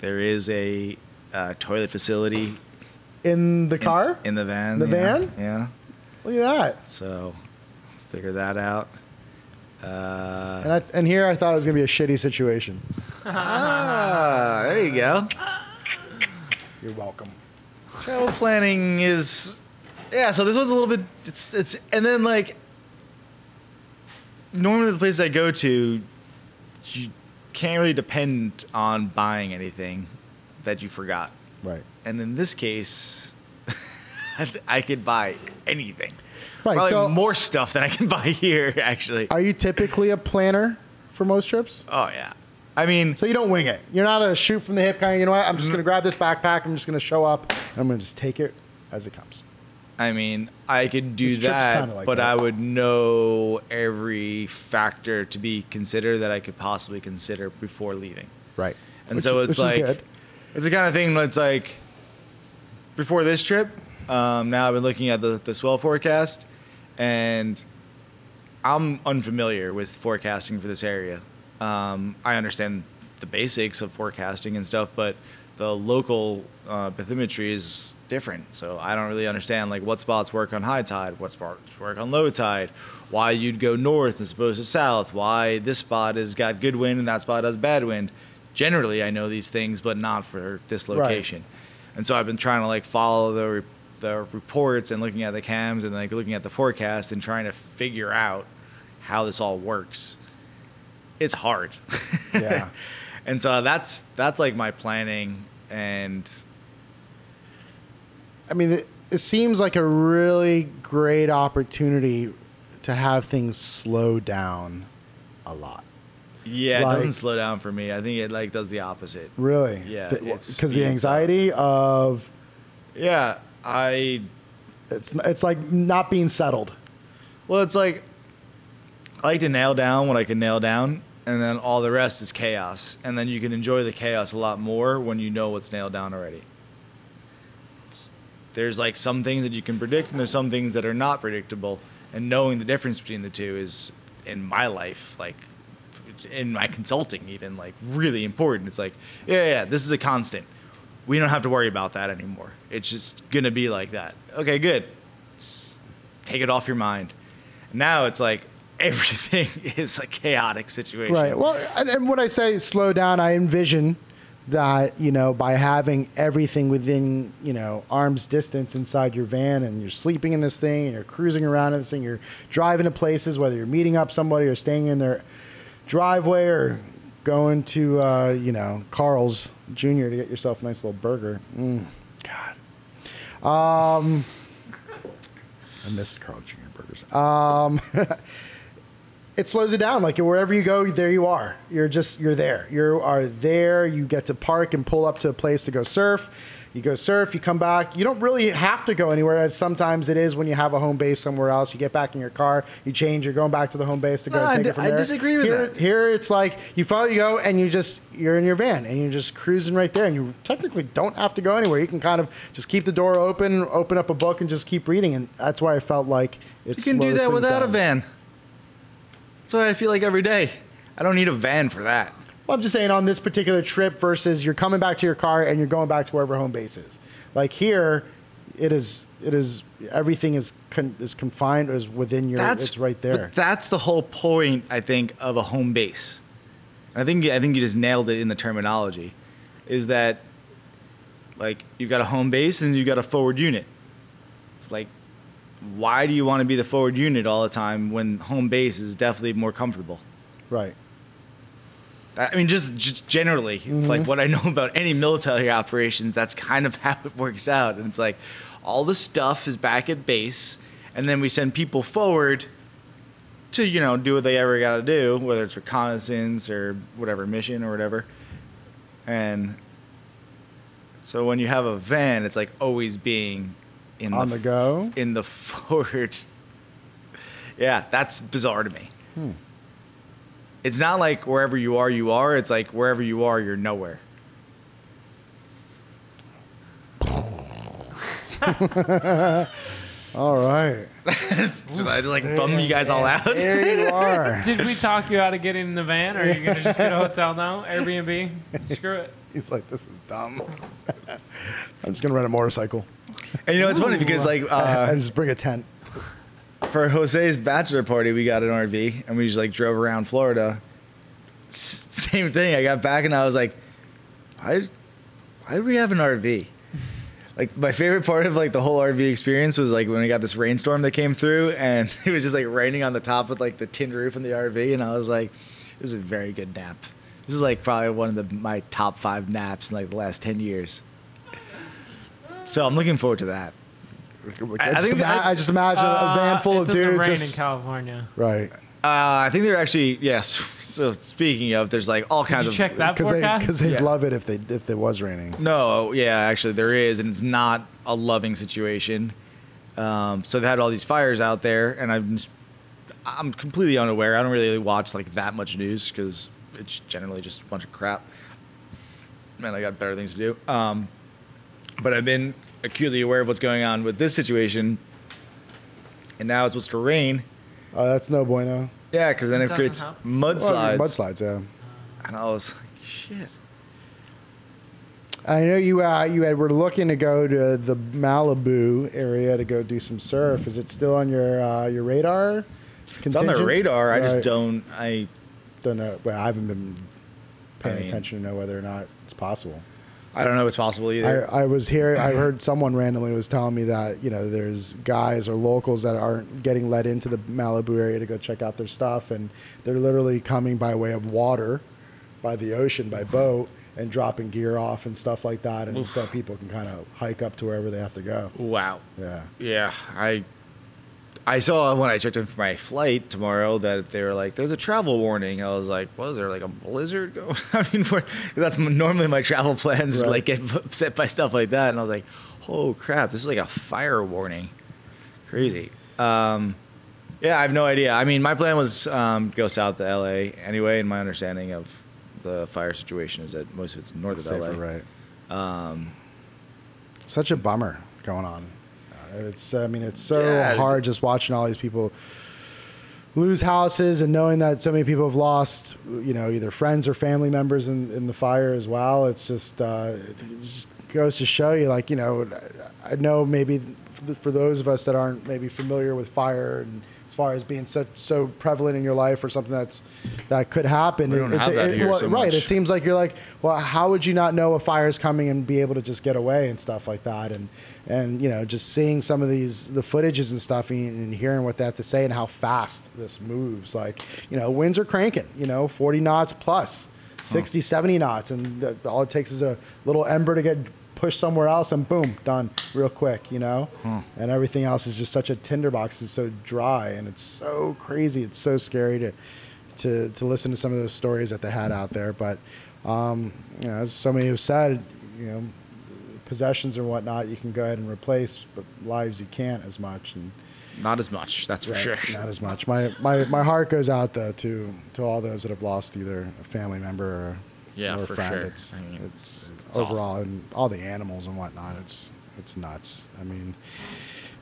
Speaker 1: there is a uh, toilet facility
Speaker 2: In the car?
Speaker 1: in the van.
Speaker 2: The
Speaker 1: yeah,
Speaker 2: van?
Speaker 1: yeah.
Speaker 2: Look at that.
Speaker 1: So figure that out. Uh,
Speaker 2: And, I, and here I thought it was gonna be a shitty situation.
Speaker 1: ah, there you go.
Speaker 2: You're welcome.
Speaker 1: Travel planning is yeah. So this one's a little bit. It's it's and then like normally the places I go to, you can't really depend on buying anything that you forgot.
Speaker 2: Right.
Speaker 1: And in this case, [laughs] I, th- I could buy anything.
Speaker 2: Right,
Speaker 1: Probably
Speaker 2: so-
Speaker 1: more stuff than I can [laughs] buy here. Actually.
Speaker 2: Are you typically a planner for most trips?
Speaker 1: oh yeah. I mean,
Speaker 2: So you don't wing it. You're not a shoot from the hip kind of, you know what? I'm just going to grab this backpack. I'm just going to show up and I'm going to just take it as it comes.
Speaker 1: I mean, I could do
Speaker 2: This trip's
Speaker 1: that,
Speaker 2: kinda like
Speaker 1: but
Speaker 2: that.
Speaker 1: I would know every factor to be considered that I could possibly consider before leaving.
Speaker 2: Right.
Speaker 1: And so it's like,
Speaker 2: good.
Speaker 1: it's the kind of thing that's like, before this trip, um, now I've been looking at the, the swell forecast, and I'm unfamiliar with forecasting for this area. Um, I understand the basics of forecasting and stuff, but the local uh, bathymetry is different. So I don't really understand like what spots work on high tide, what spots work on low tide, why you'd go north as opposed to south, why this spot has got good wind and that spot has bad wind. Generally, I know these things, but not for this location. And so I've been trying to like follow the re- the reports and looking at the cams and like looking at the forecast and trying to figure out how this all works. It's hard. [laughs]
Speaker 2: Yeah.
Speaker 1: and so that's that's like my planning and
Speaker 2: I mean, it, it seems like a really great opportunity to have things slow down a lot.
Speaker 1: yeah, it doesn't
Speaker 2: Like-
Speaker 1: slow down for me. I think it like does the opposite.
Speaker 2: Really?
Speaker 1: Yeah, it
Speaker 2: Because the
Speaker 1: speeds up.
Speaker 2: anxiety of
Speaker 1: Yeah, I
Speaker 2: it's it's like not being settled.
Speaker 1: well, it's like I like to nail down what I can nail down and then all the rest is chaos. And then you can enjoy the chaos a lot more when you know what's nailed down already. there's like some things that you can predict and there's some things that are not predictable and knowing the difference between the two is in my life like in my consulting even like really important it's like yeah yeah this is a constant we don't have to worry about that anymore it's just gonna be like that okay good S- take it off your mind now it's like [laughs] everything is a chaotic situation
Speaker 2: Right. Well, and, and when I say slow down, I envision that you know by having everything within you know arm's distance inside your van, and you're sleeping in this thing, and you're cruising around in this thing, you're driving to places, whether you're meeting up somebody or staying in their driveway or going to uh, you know Carl's Jr. to get yourself a nice little burger. Mm, God. Um, I miss Carl's Jr. burgers. Um, [laughs] it slows it down. Like wherever you go, there you are. You're just you're there. You are there. You get to park and pull up to a place to go surf. You go surf. You come back. You don't really have to go anywhere, as sometimes it is when you have a home base somewhere else. You get back in your car. You change. You're going back to the home base to go
Speaker 1: No, I
Speaker 2: take
Speaker 1: d-
Speaker 2: it from
Speaker 1: I
Speaker 2: there.
Speaker 1: disagree with
Speaker 2: here,
Speaker 1: that.
Speaker 2: Here it's like you finally go and you just you're in your van and you're just cruising right there, and you technically don't have to go anywhere. You can kind of just keep the door open, open up a book, and just keep reading. And that's why I felt like it's
Speaker 1: You can do that without a van. That's what I feel like every day. I don't need a van for that.
Speaker 2: Well, I'm just saying on this particular trip versus you're coming back to your car and you're going back to wherever home base is. Like here, it is it is everything is con- is confined is within your. it's right there.
Speaker 1: But that's the whole point, I think, of a home base. And I think I think you just nailed it in the terminology, is that like you've got a home base and you've got a forward unit. Like, why do you want to be the forward unit all the time when home base is definitely more comfortable?
Speaker 2: right.
Speaker 1: I mean, just just generally,
Speaker 2: Mm-hmm.
Speaker 1: like what I know about any military operations, that's kind of [laughs] how it works out. And it's like all the stuff is back at base, and then we send people forward to you know do what they ever got to do, whether it's reconnaissance or whatever mission or whatever. And so when you have a van, it's like always being in
Speaker 2: On the go?
Speaker 1: in the [laughs] forward. yeah, that's bizarre to me it's not like wherever you are, you are. It's like wherever you are, you're nowhere. [laughs]
Speaker 2: All right.
Speaker 1: so I like bum you guys all out. [laughs]
Speaker 2: There you are.
Speaker 3: Did we talk you out of getting in the van? Or are you going to just get
Speaker 2: [laughs]
Speaker 3: a hotel now? Airbnb? Screw it.
Speaker 2: He's like, this is dumb. [laughs] I'm just gonna rent a motorcycle
Speaker 1: And you know it's funny because like uh,
Speaker 2: and just bring a tent.
Speaker 1: for Jose's bachelor party, we got an RV and we just like drove around Florida. S- same thing. I got back and I was like, why, why do we have an RV? like my favorite part of like the whole RV experience was like when we got this rainstorm that came through and [laughs] it was just like raining on the top with like the tin roof in the RV and I was like, this is a very good nap. This is like probably one of the my top five naps in like the last ten years. So I'm looking forward to that.
Speaker 2: I,
Speaker 1: I
Speaker 2: just,
Speaker 1: think
Speaker 2: ima-
Speaker 1: that-
Speaker 2: I just imagine a van full
Speaker 3: Uh, it
Speaker 2: of
Speaker 3: doesn't
Speaker 2: dudes.
Speaker 3: Rain
Speaker 2: just-
Speaker 3: in California.
Speaker 2: right.
Speaker 1: Uh, I think they're actually yes. [laughs] So speaking of, there's like all kinds
Speaker 3: Did you
Speaker 1: of
Speaker 3: check that
Speaker 2: Because they,
Speaker 3: forecast?
Speaker 2: cause they'd
Speaker 1: Yeah.
Speaker 2: love it if they if it was raining.
Speaker 1: No, yeah, actually there is, and it's not a loving situation. Um, so they had all these fires out there, and I'm just, I'm completely unaware. I don't really watch like that much news because it's generally just a bunch of crap. Man, I got better things to do. Um, but I've been acutely aware of what's going on with this situation, and now it's supposed to rain.
Speaker 2: Oh, that's no bueno.
Speaker 1: Yeah, because then it,
Speaker 3: Doesn't
Speaker 1: creates
Speaker 3: help.
Speaker 2: Well, I
Speaker 1: mudslides.
Speaker 2: mean, mudslides, yeah.
Speaker 1: And I was like, shit.
Speaker 2: I know you. Uh, you had were looking to go to the Malibu area to go do some surf. Is it still on your uh, your radar?
Speaker 1: It's on the
Speaker 2: contingent?
Speaker 1: radar. I
Speaker 2: Right.
Speaker 1: just don't. I
Speaker 2: don't know. Well, I haven't been paying
Speaker 1: I mean-
Speaker 2: attention to know whether or not it's possible.
Speaker 1: I don't know if it's possible
Speaker 2: I,
Speaker 1: either.
Speaker 2: I was here. I heard someone randomly was telling me that you know there's guys or locals that aren't getting let into the Malibu area to go check out their stuff, and they're literally coming by way of water, by the ocean, by boat, and dropping gear off and stuff like that, and so people can kind of hike up to wherever they have to go.
Speaker 1: wow.
Speaker 2: Yeah.
Speaker 1: Yeah, I I saw when I checked in for my flight tomorrow that they were like, "There's a travel warning." I was like, "Was there like a blizzard going?" [laughs] I mean, for, that's m- normally my travel plans
Speaker 2: Right.
Speaker 1: like get [laughs] upset by stuff like that, and I was like, "Oh crap, this is like a fire warning." Crazy. Um, yeah, I have no idea. I mean, my plan was um, go south to LA anyway, and my understanding of the fire situation is that most of it's north of Um,
Speaker 2: Safer,
Speaker 1: LA.
Speaker 2: right? Um, Such a bummer going on. Uh, It's I mean it's so
Speaker 1: Yeah, it's-
Speaker 2: hard just watching all these people lose houses and knowing that so many people have lost you know either friends or family members in, in the fire as well. It's just uh, it just goes to show you like you know I know maybe for those of us that aren't maybe familiar with fire and as far as being such so prevalent in your life or something that's that could happen.
Speaker 1: We don't have that here so
Speaker 2: right,
Speaker 1: much.
Speaker 2: it's seems like you're like, well, how would you not know a fire's coming and be able to just get away and stuff like that? And and you know, just seeing some of these the footages and stuff and, and hearing what they have to say and how fast this moves. Like, you know, winds are cranking. You know, 40 knots plus, 60, 70 knots, and the, all it takes is a little ember to get pushed somewhere else, and boom, done, real quick. You know, and everything else is just such a tinderbox. It's so dry and it's so crazy. It's so scary to to to listen to some of those stories that they had out there. But um, you know, as somebody who said, you know, possessions or whatnot, you can go ahead and replace, but lives you can't as much. And
Speaker 1: Not as much, that's for sure.
Speaker 2: not [laughs] as much. My my my heart goes out though to to all those that have lost either a family member or
Speaker 1: Yeah,
Speaker 2: or a
Speaker 1: for
Speaker 2: friend.
Speaker 1: sure.
Speaker 2: It's
Speaker 1: I mean,
Speaker 2: it's,
Speaker 1: it's awful.
Speaker 2: overall and all the animals and whatnot. It's it's nuts. I mean.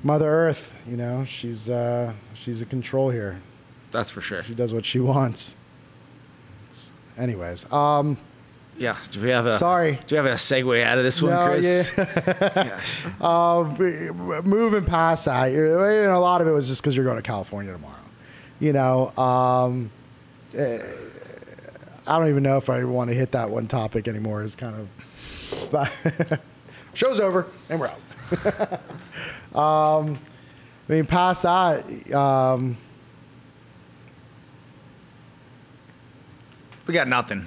Speaker 2: Mother Earth, you know, she's uh, she's in control here.
Speaker 1: That's for sure.
Speaker 2: She does what she wants. It's- anyways, um,
Speaker 1: Yeah. Do we have a
Speaker 2: Sorry.
Speaker 1: Do we have a segue out of this one,
Speaker 2: No,
Speaker 1: Chris?
Speaker 2: yeah. [laughs]
Speaker 1: [laughs] Gosh.
Speaker 2: uh, we- moving past that, you're, and a lot of it was just because you're going to California tomorrow. You know, um, eh, I don't even know if I want to hit that one topic anymore. It's kind of [laughs] show's over and we're out. um, [laughs] I mean, past that, um,
Speaker 1: We got nothing.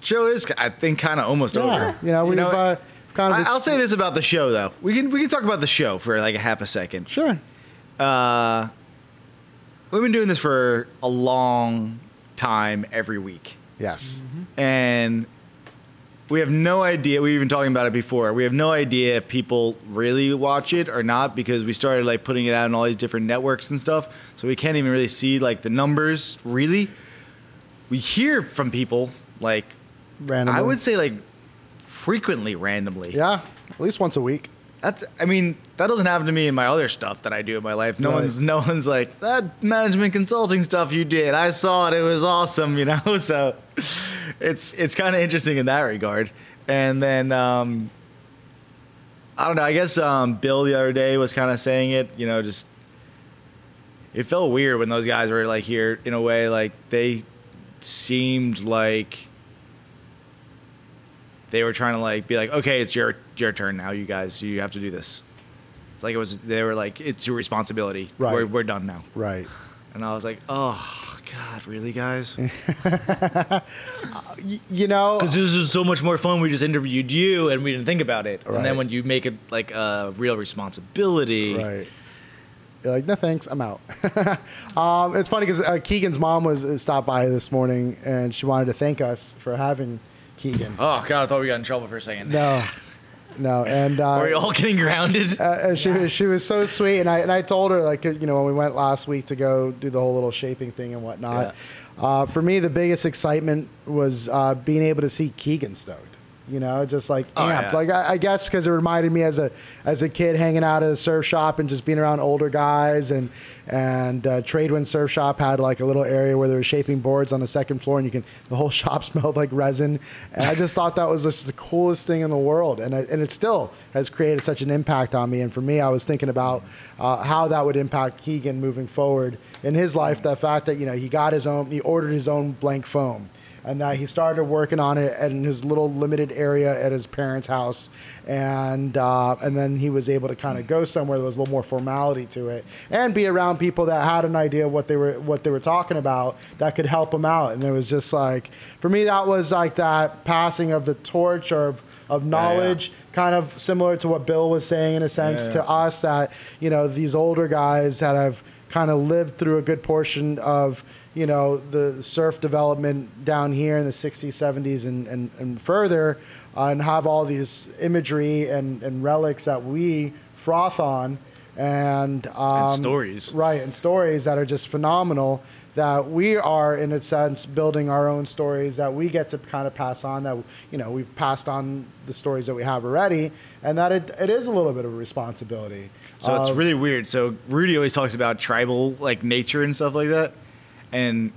Speaker 1: Show is, I think, kind of almost
Speaker 2: yeah,
Speaker 1: over.
Speaker 2: you know, we've uh, kind of.
Speaker 1: I, I'll
Speaker 2: just-
Speaker 1: say this about the show, though. We can we can talk about the show for like a half a second.
Speaker 2: sure.
Speaker 1: Uh, we've been doing this for a long time every week,
Speaker 2: Yes.
Speaker 1: Mm-hmm. and we have no idea. We've been talking about it before. We have no idea if people really watch it or not because we started like putting it out on all these different networks and stuff. So we can't even really see like the numbers really. We hear from people like
Speaker 2: Random.
Speaker 1: I would say like frequently, randomly.
Speaker 2: Yeah, at least once a week.
Speaker 1: That's. I mean, that doesn't happen to me in my other stuff that I do in my life. No
Speaker 2: Right.
Speaker 1: one's. No one's like that management consulting stuff you did. I saw it. It was awesome. [laughs] You know. So, it's it's kind of interesting in that regard. And then um, I don't know. I guess um, Bill the other day was kind of saying it. You know, just it felt weird when those guys were like here in a way. Like they seemed like they were trying to like be like, okay, it's your your turn now. You guys, you have to do this. It's Like it was, they were like, it's your responsibility.
Speaker 2: Right.
Speaker 1: We're, we're done now.
Speaker 2: Right.
Speaker 1: And I was like, oh god, really, guys?
Speaker 2: Y- you know,
Speaker 1: Because this is so much more fun. We just interviewed you, and we didn't think about it. And
Speaker 2: Right.
Speaker 1: then when you make it like a real responsibility,
Speaker 2: Right. You're like, no thanks, I'm out. [laughs] um, it's funny because uh, Keegan's mom was uh, stopped by this morning and she wanted to thank us for having
Speaker 1: [laughs]
Speaker 2: Keegan.
Speaker 1: Oh god, I thought we got in trouble for a second.
Speaker 2: No, no, and uh,
Speaker 1: Are we all getting
Speaker 2: [laughs]
Speaker 1: grounded?
Speaker 2: uh, and she was she was so sweet, and I and I told her like you know when we went last week to go do the whole little shaping thing and whatnot. Uh, for me, the biggest excitement was uh, being able to see Keegan stoked. You know, just like
Speaker 1: Oh, yeah.
Speaker 2: amped. Like I, I guess because it reminded me as a as a kid hanging out at a surf shop and just being around older guys and and uh, Tradewind Surf Shop had like a little area where they were shaping boards on the second floor and you can the whole [laughs] shop smelled like resin and I just thought that was just the coolest thing in the world and I, and it still has created such an impact on me and for me I was thinking about uh, how that would impact Keegan moving forward in his life the fact that you know he got his own he ordered his own blank foam and that he started working on it in his little limited area at his parents' house, and uh, and then he was able to kind of go somewhere that was a little more formality to it, and be around people that had an idea of what they were what they were talking about that could help him out, and it was just like for me that was like that passing of the torch or of, of knowledge, kind of similar to what Bill was saying in a sense
Speaker 1: Yeah.
Speaker 2: to us that you know these older guys that have kind of lived through a good portion of you know the surf development down here in the 60s 70s and and, and further uh, and have all these imagery and and relics that we froth on and, um,
Speaker 1: stories.
Speaker 2: right and stories that are just phenomenal that we are in a sense building our own stories that we get to kind of pass on that you know we've passed on the stories that we have already and that it, it is a little bit of a responsibility
Speaker 1: So it's
Speaker 2: Uh,
Speaker 1: really weird. So Rudy always talks about tribal like nature and stuff like that, and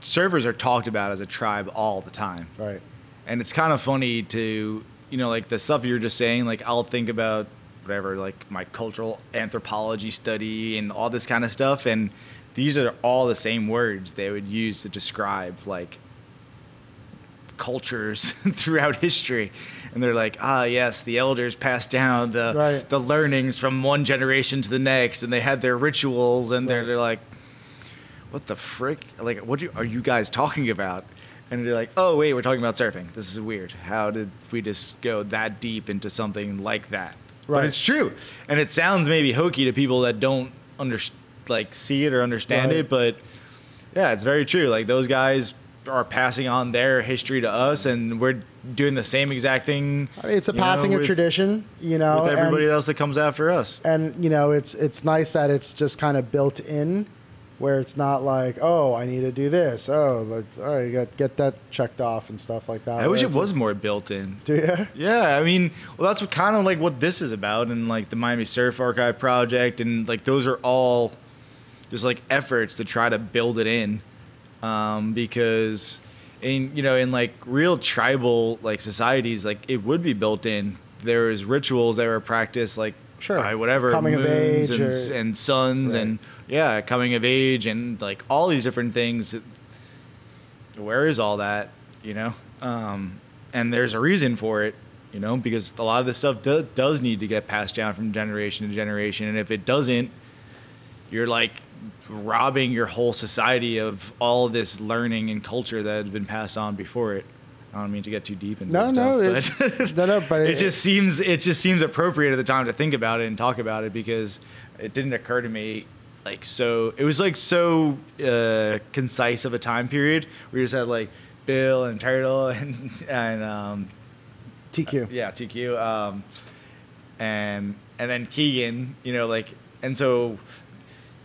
Speaker 1: servers are talked about as a tribe all the time.
Speaker 2: right
Speaker 1: And it's kind of funny to you know like the stuff you're just saying. Like I'll think about whatever like my cultural anthropology study and all this kind of stuff, and these are all the same words they would use to describe like cultures [laughs] throughout history and they're like ah yes the elders passed down the
Speaker 2: Right.
Speaker 1: the learnings from one generation to the next and they had their rituals and they're,
Speaker 2: Right.
Speaker 1: they're like what the frick like what do you, are you guys talking about and they're like oh wait we're talking about surfing this is weird how did we just go that deep into something like that
Speaker 2: Right.
Speaker 1: but it's true and it sounds maybe hokey to people that don't under like see it or understand
Speaker 2: Right.
Speaker 1: it but yeah, it's very true. Like those guys are passing on their history to us, and we're doing the same exact thing.
Speaker 2: I mean, it's a
Speaker 1: you know,
Speaker 2: passing of
Speaker 1: with-
Speaker 2: tradition you know
Speaker 1: with
Speaker 2: and-
Speaker 1: everybody else that comes after us.
Speaker 2: and you know it's it's nice that it's just kind of built in where it's not like oh i need to do this oh like oh you got get that checked off and stuff like that
Speaker 1: I wish
Speaker 2: where
Speaker 1: it
Speaker 2: it's
Speaker 1: was
Speaker 2: just-
Speaker 1: more built in.
Speaker 2: [laughs]
Speaker 1: [laughs]
Speaker 2: do you
Speaker 1: Yeah, I mean, well, that's what kind of like what this is about, and like the Miami Surf Archive project, and like those are all just like efforts to try to build it in, um, because in you know in like real tribal like societies, like it would be built in. There is rituals that were practiced like
Speaker 2: Sure.
Speaker 1: by whatever
Speaker 2: Coming of
Speaker 1: moons
Speaker 2: age
Speaker 1: and,
Speaker 2: or-
Speaker 1: s- and sons
Speaker 2: Right.
Speaker 1: and yeah, coming of age and like all these different things where is all that you know um, and there's a reason for it you know because a lot of this stuff do, does need to get passed down from generation to generation and if it doesn't you're like robbing your whole society of all this learning and culture that had been passed on before it I don't mean to get too deep into
Speaker 2: No,
Speaker 1: this
Speaker 2: no,
Speaker 1: stuff, but [laughs]
Speaker 2: it- [laughs] no, no, but
Speaker 1: it,
Speaker 2: it-
Speaker 1: just seems it just seems appropriate at the time to think about it and talk about it because it didn't occur to me like so it was like so uh, concise of a time period we just had like Bill and Turtle [laughs] and and um,
Speaker 2: tq
Speaker 1: Uh, yeah TQ um, and and then Keegan you know like and so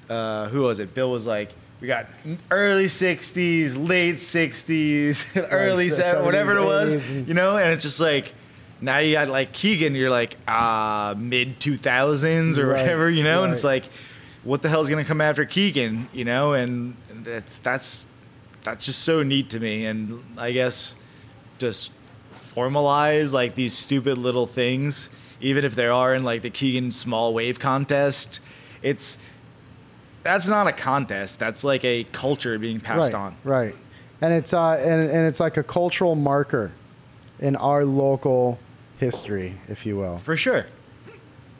Speaker 1: uh, who was it Bill was like. We got early '60s, late [laughs] '60s, early
Speaker 2: se-
Speaker 1: se- whatever it
Speaker 2: 70s,
Speaker 1: was
Speaker 2: 80s, and-
Speaker 1: you know and it's just like now you got like keegan you're like ah mid 2000s or
Speaker 2: Right,
Speaker 1: whatever you know and it's
Speaker 2: right.
Speaker 1: like what the hell's gonna come after keegan you know and that's that's that's just so neat to me and i guess just formalize like these stupid little things even if there are in like the keegan small wave contest it's that's not a contest that's like a culture being passed
Speaker 2: right,
Speaker 1: on
Speaker 2: Right. And it's uh and, and it's like a cultural marker in our local history, if you will.
Speaker 1: For sure.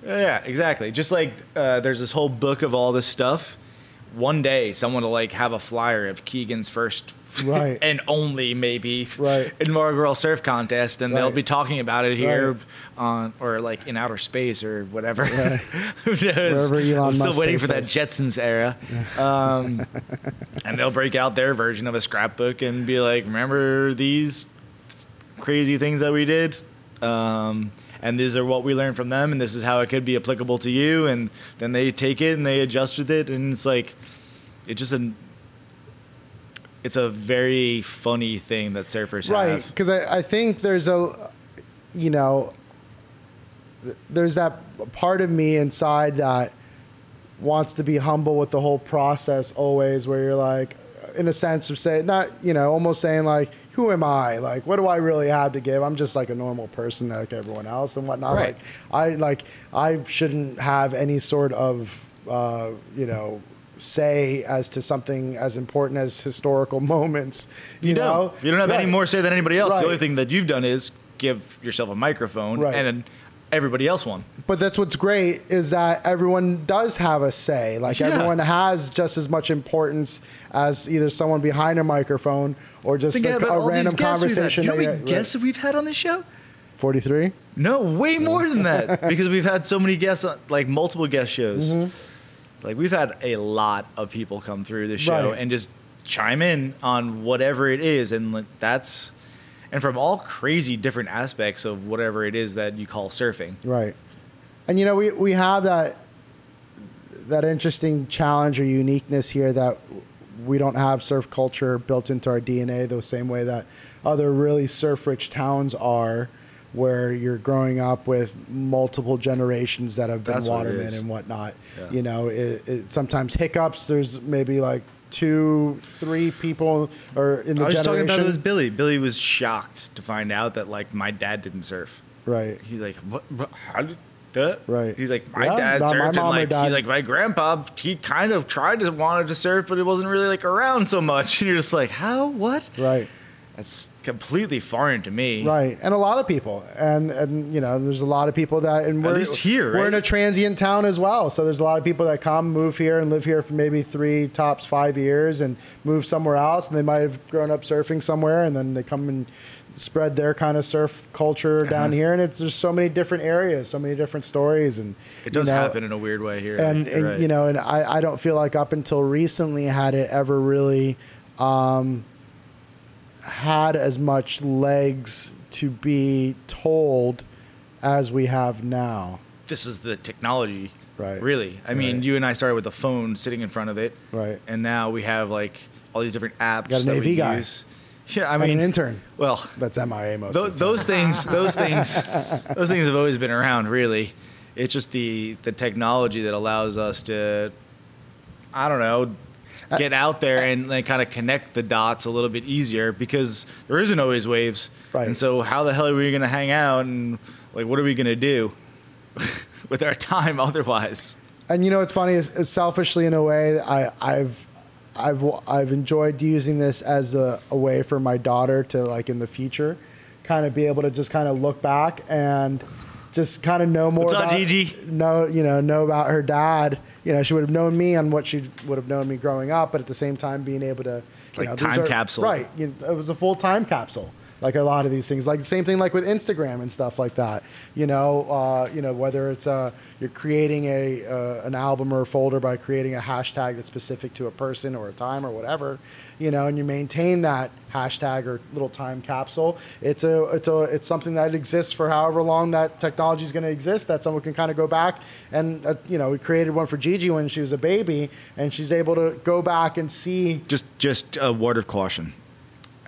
Speaker 1: Yeah, exactly. Just like uh, there's this whole book of all this stuff. One day, someone will like have a flyer of Keegan's first [laughs]
Speaker 2: Right.
Speaker 1: and only maybe
Speaker 2: Right.
Speaker 1: [laughs] inaugural surf contest, and they'll
Speaker 2: Right.
Speaker 1: be talking about it here
Speaker 2: Right.
Speaker 1: on or like in outer space or whatever. [laughs] Who knows?
Speaker 2: Wherever Elon
Speaker 1: I'm still
Speaker 2: Musk
Speaker 1: waiting
Speaker 2: takes
Speaker 1: for that
Speaker 2: us.
Speaker 1: Jetsons era.
Speaker 2: [laughs]
Speaker 1: Um, and they'll break out their version of a scrapbook and be like, "Remember these crazy things that we did, um, and these are what we learned from them, and this is how it could be applicable to you." And then they take it and they adjust with it, and it's like, it's just a, it's a very funny thing that surfers
Speaker 2: right
Speaker 1: have.
Speaker 2: because I, I think there's a you know th- there's that part of me inside that wants to be humble with the whole process always where you're like in a sense of saying not you know almost saying like who am i like what do i really have to give i'm just like a normal person like everyone else and whatnot
Speaker 1: Right.
Speaker 2: like i like i shouldn't have any sort of uh, you know say as to something as important as historical [laughs] moments you,
Speaker 1: You
Speaker 2: know
Speaker 1: don't. You don't have
Speaker 2: Right.
Speaker 1: any more say than anybody else.
Speaker 2: Right.
Speaker 1: The only thing that you've done is give yourself a microphone,
Speaker 2: Right.
Speaker 1: and then everybody else won.
Speaker 2: but that's what's great is that everyone does have a say. Like
Speaker 1: Yeah.
Speaker 2: everyone has just as much importance as either someone behind a microphone or just like, a random conversation.
Speaker 1: We've had. You know how
Speaker 2: that
Speaker 1: many
Speaker 2: you're-
Speaker 1: guests we've had on this show?
Speaker 2: right. 43?
Speaker 1: No, way more than
Speaker 2: [laughs]
Speaker 1: that because we've had so many guests, on, like multiple guest shows.
Speaker 2: Mm-hmm.
Speaker 1: Like we've had a lot of people come through the show
Speaker 2: Right.
Speaker 1: and just chime in on whatever it is, and like, that's and from all crazy different aspects of whatever it is that you call surfing.
Speaker 2: Right. And you know, we, we have that that interesting challenge or uniqueness here that we don't have surf culture built into our DNA the same way that other really surf rich towns are where you're growing up with multiple generations that have been
Speaker 1: That's what it
Speaker 2: watermen
Speaker 1: is.
Speaker 2: and whatnot.
Speaker 1: Yeah.
Speaker 2: You know, it, it sometimes hiccups. There's maybe like two, three people or in the
Speaker 1: I was just talking
Speaker 2: generation.
Speaker 1: about it with Billy. Billy was shocked to find out that like my dad didn't surf.
Speaker 2: right.
Speaker 1: He's like, what? what how did that?
Speaker 2: Right.
Speaker 1: He's like, my
Speaker 2: Yeah,
Speaker 1: dad
Speaker 2: my- my
Speaker 1: surfed, and
Speaker 2: mom or
Speaker 1: like,
Speaker 2: dad-
Speaker 1: he's like, my grandpa, he kind of tried to wanted to surf, but it wasn't really like around so much. [laughs] And you're just like, how? What?
Speaker 2: Right.
Speaker 1: That's completely foreign to me.
Speaker 2: Right, and a lot of people, and and you know, there's a lot of people that, and we're
Speaker 1: least here,
Speaker 2: we're
Speaker 1: right?
Speaker 2: in a transient town as well. So there's a lot of people that come, move here, and live here for maybe three tops five years, and move somewhere else, and they might have grown up surfing somewhere, and then they come and spread their kind of surf culture
Speaker 1: Uh-huh.
Speaker 2: down here, and it's there's so many different areas, so many different stories, and
Speaker 1: It does
Speaker 2: you know,
Speaker 1: happen in a weird way here.
Speaker 2: and,
Speaker 1: You're
Speaker 2: and
Speaker 1: right.
Speaker 2: you know, and I, I don't feel like up until recently had it ever really um, had as much legs to be told as we have now.
Speaker 1: this is the technology.
Speaker 2: Right.
Speaker 1: Really. I mean,
Speaker 2: Right.
Speaker 1: you and I started with a phone sitting in front of it.
Speaker 2: Right.
Speaker 1: And now we have like all these different apps
Speaker 2: Got an
Speaker 1: that we
Speaker 2: AV guy.
Speaker 1: use. Yeah, I
Speaker 2: an
Speaker 1: mean,
Speaker 2: intern.
Speaker 1: Well,
Speaker 2: That's MIA most.
Speaker 1: Tho-
Speaker 2: of the time.
Speaker 1: those things, those things, those things have always been around. Really, it's just the the technology that allows us to, I don't know, get out there and like, kind of connect the dots a little bit easier because there isn't always waves.
Speaker 2: Right.
Speaker 1: And so, how the hell are we going to hang out and like, what are we going to do [laughs] with our time otherwise?
Speaker 2: And you know what's funny is, is selfishly in a way I I've I've I've enjoyed using this as a, a way for my daughter to like in the future kind of be able to just kind of look back and just kind of know more
Speaker 1: What's up,
Speaker 2: about
Speaker 1: Gigi?
Speaker 2: know you know know about her dad you know she would have known me and what she would have known me growing up but at the same time being able to you
Speaker 1: Like
Speaker 2: know,
Speaker 1: time
Speaker 2: these are-
Speaker 1: capsule.
Speaker 2: right you know, it was a full time capsule like a lot of these things like same thing like with instagram and stuff like that you know uh, you know whether it's uh, you're creating a uh, an album or a folder by creating a hashtag that's specific to a person or a time or whatever you know and you maintain that hashtag or little time capsule it's a it's a it's something that exists for however long that technology is going to exist that someone can kind of go back and uh, you know we created one for Gigi when she was a baby and she's able to go back and see
Speaker 1: Just just a word of caution.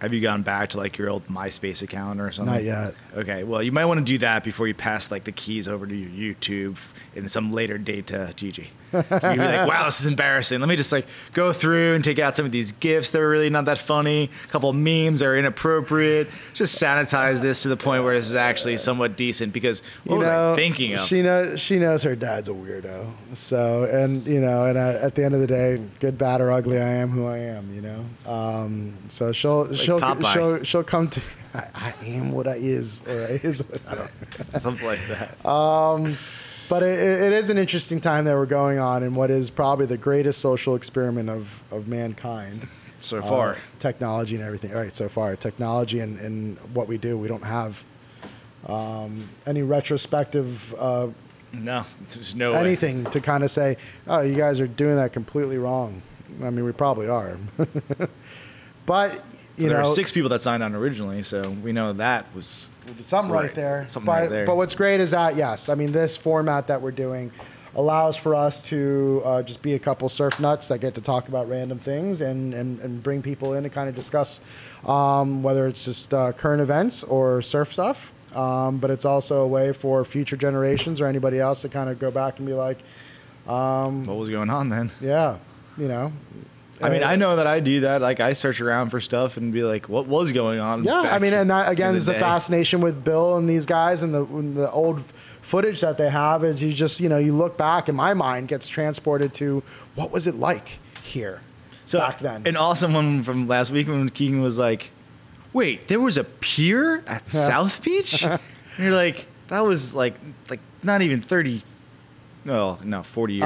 Speaker 1: Have you gone back to like your old MySpace account or something?
Speaker 2: Not yet.
Speaker 1: Okay. Well, you might want to do that before you pass like the keys over to your YouTube in some later date to Gigi. You'd be like, wow, this is embarrassing. Let me just like go through and take out some of these gifts that were really not that funny. A couple of memes are inappropriate. Just sanitize this to the point where this is actually somewhat decent because what
Speaker 2: you
Speaker 1: was
Speaker 2: know,
Speaker 1: I thinking of?
Speaker 2: She knows she knows her dad's a weirdo. So and you know, and I, at the end of the day, good, bad, or ugly, I am who I am. You know, um, so she'll she'll
Speaker 1: Popeye.
Speaker 2: she'll she'll come to. I, I am what I is, or I is what I don't.
Speaker 1: something like that.
Speaker 2: But it, it it is an interesting time that we're going on in what is probably the greatest social experiment of, of mankind.
Speaker 1: so far,
Speaker 2: Uh, technology and everything. All right, so far, technology and, and what we do. We don't have um, any retrospective uh,
Speaker 1: no, there's no way.
Speaker 2: anything to kind of say, oh, you guys are doing that completely wrong. I mean, we probably are. [laughs] but, you
Speaker 1: there
Speaker 2: know,
Speaker 1: were six people that signed on originally, so we know that was
Speaker 2: something right,
Speaker 1: Right.
Speaker 2: there.
Speaker 1: Something
Speaker 2: but,
Speaker 1: right there.
Speaker 2: But what's great is that, yes, I mean, this format that we're doing allows for us to uh, just be a couple surf nuts that get to talk about random things and, and, and bring people in to kind of discuss um, whether it's just uh, current events or surf stuff. Um, but it's also a way for future generations or anybody else to kind of go back and be like,
Speaker 1: what was going on then.
Speaker 2: yeah, you know.
Speaker 1: I mean,
Speaker 2: uh,
Speaker 1: I know that I do that. Like, I search around for stuff and be like, "What was going on?"
Speaker 2: Uh, Yeah, I
Speaker 1: back
Speaker 2: mean, and that
Speaker 1: in
Speaker 2: again is the
Speaker 1: day?
Speaker 2: fascination with Bill and these guys and the and the old footage that they have is you just you know you look back and my mind gets transported to what was it like here back then.
Speaker 1: An awesome one from last week when Keegan was like, "Wait, there was a pier at South
Speaker 2: [laughs]
Speaker 1: Beach," and you're like, "That was like like not even thirty, no, no, forty years,
Speaker 2: uh,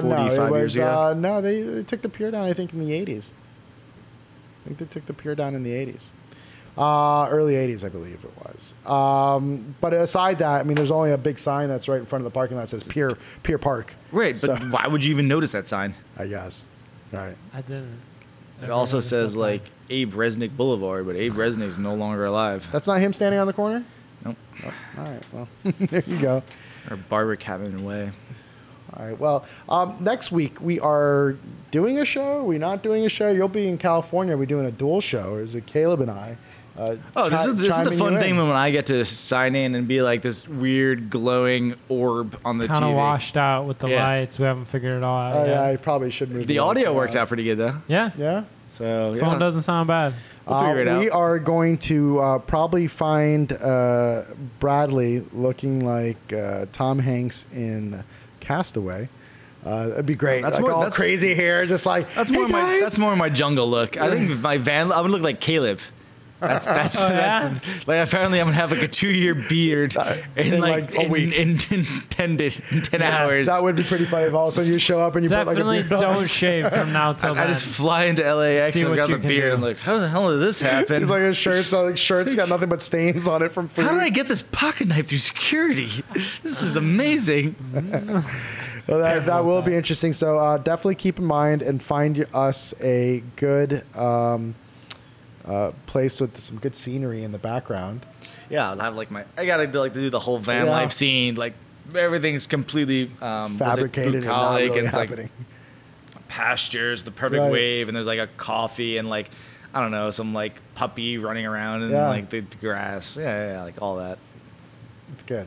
Speaker 1: ago,
Speaker 2: no,
Speaker 1: forty five
Speaker 2: it was,
Speaker 1: years ago."
Speaker 2: Uh, no, they, they took the pier down. I think in the eighties. I think they took the pier down in the eighties. Uh, early 80s, I believe it was. Um, but aside that, I mean, there's only a big sign that's right in front of the parking lot that says Pier, Pier Park,
Speaker 1: Right, but
Speaker 2: so-
Speaker 1: why would you even notice that sign?
Speaker 2: I guess. Right.
Speaker 3: I didn't.
Speaker 1: It also says like Abe Resnick Boulevard, but Abe Resnick's no longer alive.
Speaker 2: That's not him standing on the corner? Oh,
Speaker 1: Nope.
Speaker 2: All right. Well, [laughs] there you go.
Speaker 1: Or Barbara Cabin Way.
Speaker 2: All right. Well, um, next week we are doing a show. We're not doing a show. You'll be in California. We're doing a dual show. Or is it Caleb and I? Uh,
Speaker 1: Oh, this
Speaker 2: chi-
Speaker 1: is this is the
Speaker 2: chiming
Speaker 1: fun
Speaker 2: you
Speaker 1: thing
Speaker 2: in.
Speaker 1: when I get to sign in and be like this weird glowing orb on the
Speaker 3: Kind
Speaker 1: TV.
Speaker 3: of washed out with the
Speaker 1: Yeah.
Speaker 3: lights. We haven't figured it all out.
Speaker 2: Oh, yeah, I
Speaker 3: yet.
Speaker 2: probably should move
Speaker 1: The
Speaker 2: the
Speaker 1: audio
Speaker 2: lights
Speaker 1: works
Speaker 2: around.
Speaker 1: out pretty good though.
Speaker 3: Yeah.
Speaker 2: Yeah.
Speaker 1: So yeah.
Speaker 3: Phone doesn't sound bad.
Speaker 1: We'll figure it
Speaker 2: Uh,
Speaker 1: out.
Speaker 2: We are going to uh, probably find uh, Bradley looking like uh, Tom Hanks in Castaway. Uh, that'd be great.
Speaker 1: That's
Speaker 2: That's like
Speaker 1: more-
Speaker 2: all
Speaker 1: that's-
Speaker 2: crazy hair, just like
Speaker 1: That's more
Speaker 2: hey
Speaker 1: my
Speaker 2: guys!"
Speaker 1: that's more my jungle look. I think my van I would look like Caleb.
Speaker 3: [laughs]
Speaker 1: That's that's,
Speaker 3: Oh, yeah?
Speaker 1: that's like apparently I'm gonna have like a two year
Speaker 2: [laughs]
Speaker 1: beard in,
Speaker 2: in,
Speaker 1: like,
Speaker 2: like, a
Speaker 1: in,
Speaker 2: week.
Speaker 1: in, in ten days, in ten hours.
Speaker 2: That would be pretty funny if all of a sudden you show up and you [laughs]
Speaker 3: Definitely
Speaker 2: put like a beard on.
Speaker 3: don't shave from now till
Speaker 1: I
Speaker 3: then.
Speaker 1: just fly into LAX
Speaker 3: See
Speaker 1: and
Speaker 3: what
Speaker 1: grab
Speaker 3: you
Speaker 1: the
Speaker 3: can
Speaker 1: beard.
Speaker 3: do.
Speaker 1: I'm like, how the hell did this happen?
Speaker 2: [laughs] He's like his shirt's like shirt's got nothing but stains on it from food.
Speaker 1: how did I get this pocket knife through security? [laughs] This is amazing.
Speaker 2: Well, that, that will be interesting. So uh, definitely keep in mind and find y- us a good um, uh, place with some good scenery in the background.
Speaker 1: Yeah, I'll have like my. I gotta do, like do the whole van
Speaker 2: Yeah.
Speaker 1: life scene. Like everything's completely um, was it
Speaker 2: Fabricated and not
Speaker 1: bucolic
Speaker 2: really
Speaker 1: it's, like,
Speaker 2: happening.
Speaker 1: pastures, the perfect
Speaker 2: Right.
Speaker 1: wave, and there's like a coffee and like I don't know, some like puppy running around in
Speaker 2: Yeah.
Speaker 1: like the, the grass. Yeah, yeah, yeah, like all that.
Speaker 2: it's good.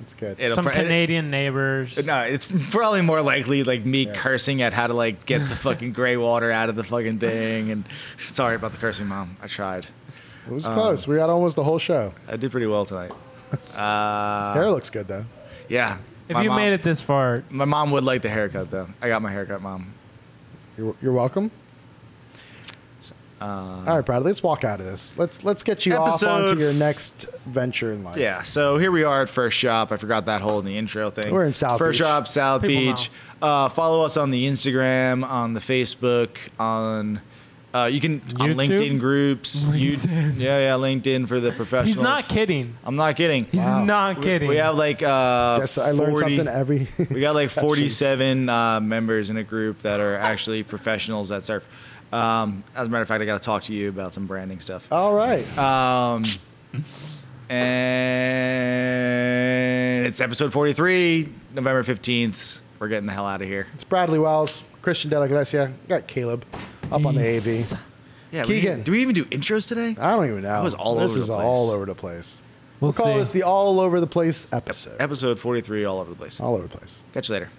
Speaker 2: It's good.
Speaker 1: It'll
Speaker 3: Some
Speaker 1: pro-
Speaker 3: Canadian neighbors.
Speaker 1: it- no, it's probably more likely like me cursing at how to like get the fucking gray water out of the fucking thing. And [laughs] sorry about the cursing, mom. I tried.
Speaker 2: It was close. we got almost the whole show.
Speaker 1: I did pretty well tonight.
Speaker 2: His
Speaker 1: Uh,
Speaker 2: hair looks good though.
Speaker 1: yeah.
Speaker 3: If
Speaker 1: My
Speaker 3: you
Speaker 1: mom-
Speaker 3: made it this far,
Speaker 1: my mom would like the haircut though. I got my haircut, mom.
Speaker 2: You're, you're welcome.
Speaker 1: Uh,
Speaker 2: All right, Bradley. Let's walk out of this. Let's let's get you off
Speaker 1: Episode-
Speaker 2: onto your next venture in life.
Speaker 1: Yeah, so here we are at First Shop. I forgot that whole in the intro thing.
Speaker 2: We're in South
Speaker 1: First
Speaker 2: Beach.
Speaker 1: Shop, South
Speaker 3: People
Speaker 1: Beach. Uh, follow us on the Instagram, on the Facebook, on uh, you can on
Speaker 3: YouTube?
Speaker 1: LinkedIn groups. You- yeah, yeah, LinkedIn for the professionals.
Speaker 3: he's not kidding.
Speaker 1: I'm not kidding.
Speaker 3: He's
Speaker 2: Wow.
Speaker 3: not kidding.
Speaker 1: We have like uh,
Speaker 2: Yes, I learned
Speaker 1: 40
Speaker 2: something every.
Speaker 1: we got like
Speaker 2: [laughs] session.
Speaker 1: 47 uh, members in a group that are actually professionals that surf. Um, as a matter of fact, I got to talk to you about some branding stuff.
Speaker 2: All right.
Speaker 1: Um, and it's episode 43, November 15th. We're getting the hell out of here.
Speaker 2: It's Bradley Wells, Christian Della Iglesia, got Caleb up on the
Speaker 3: Peace.
Speaker 2: AV.
Speaker 1: Yeah, we-
Speaker 2: Keegan.
Speaker 1: do we even do intros today?
Speaker 2: I don't even know.
Speaker 1: That was all
Speaker 2: this
Speaker 1: over the
Speaker 2: is
Speaker 1: place.
Speaker 2: all over the place.
Speaker 3: We'll
Speaker 2: We'll call
Speaker 3: see.
Speaker 2: this the all over the place episode.
Speaker 1: Episode 43, all over the place.
Speaker 2: all over the place.
Speaker 1: Catch you later.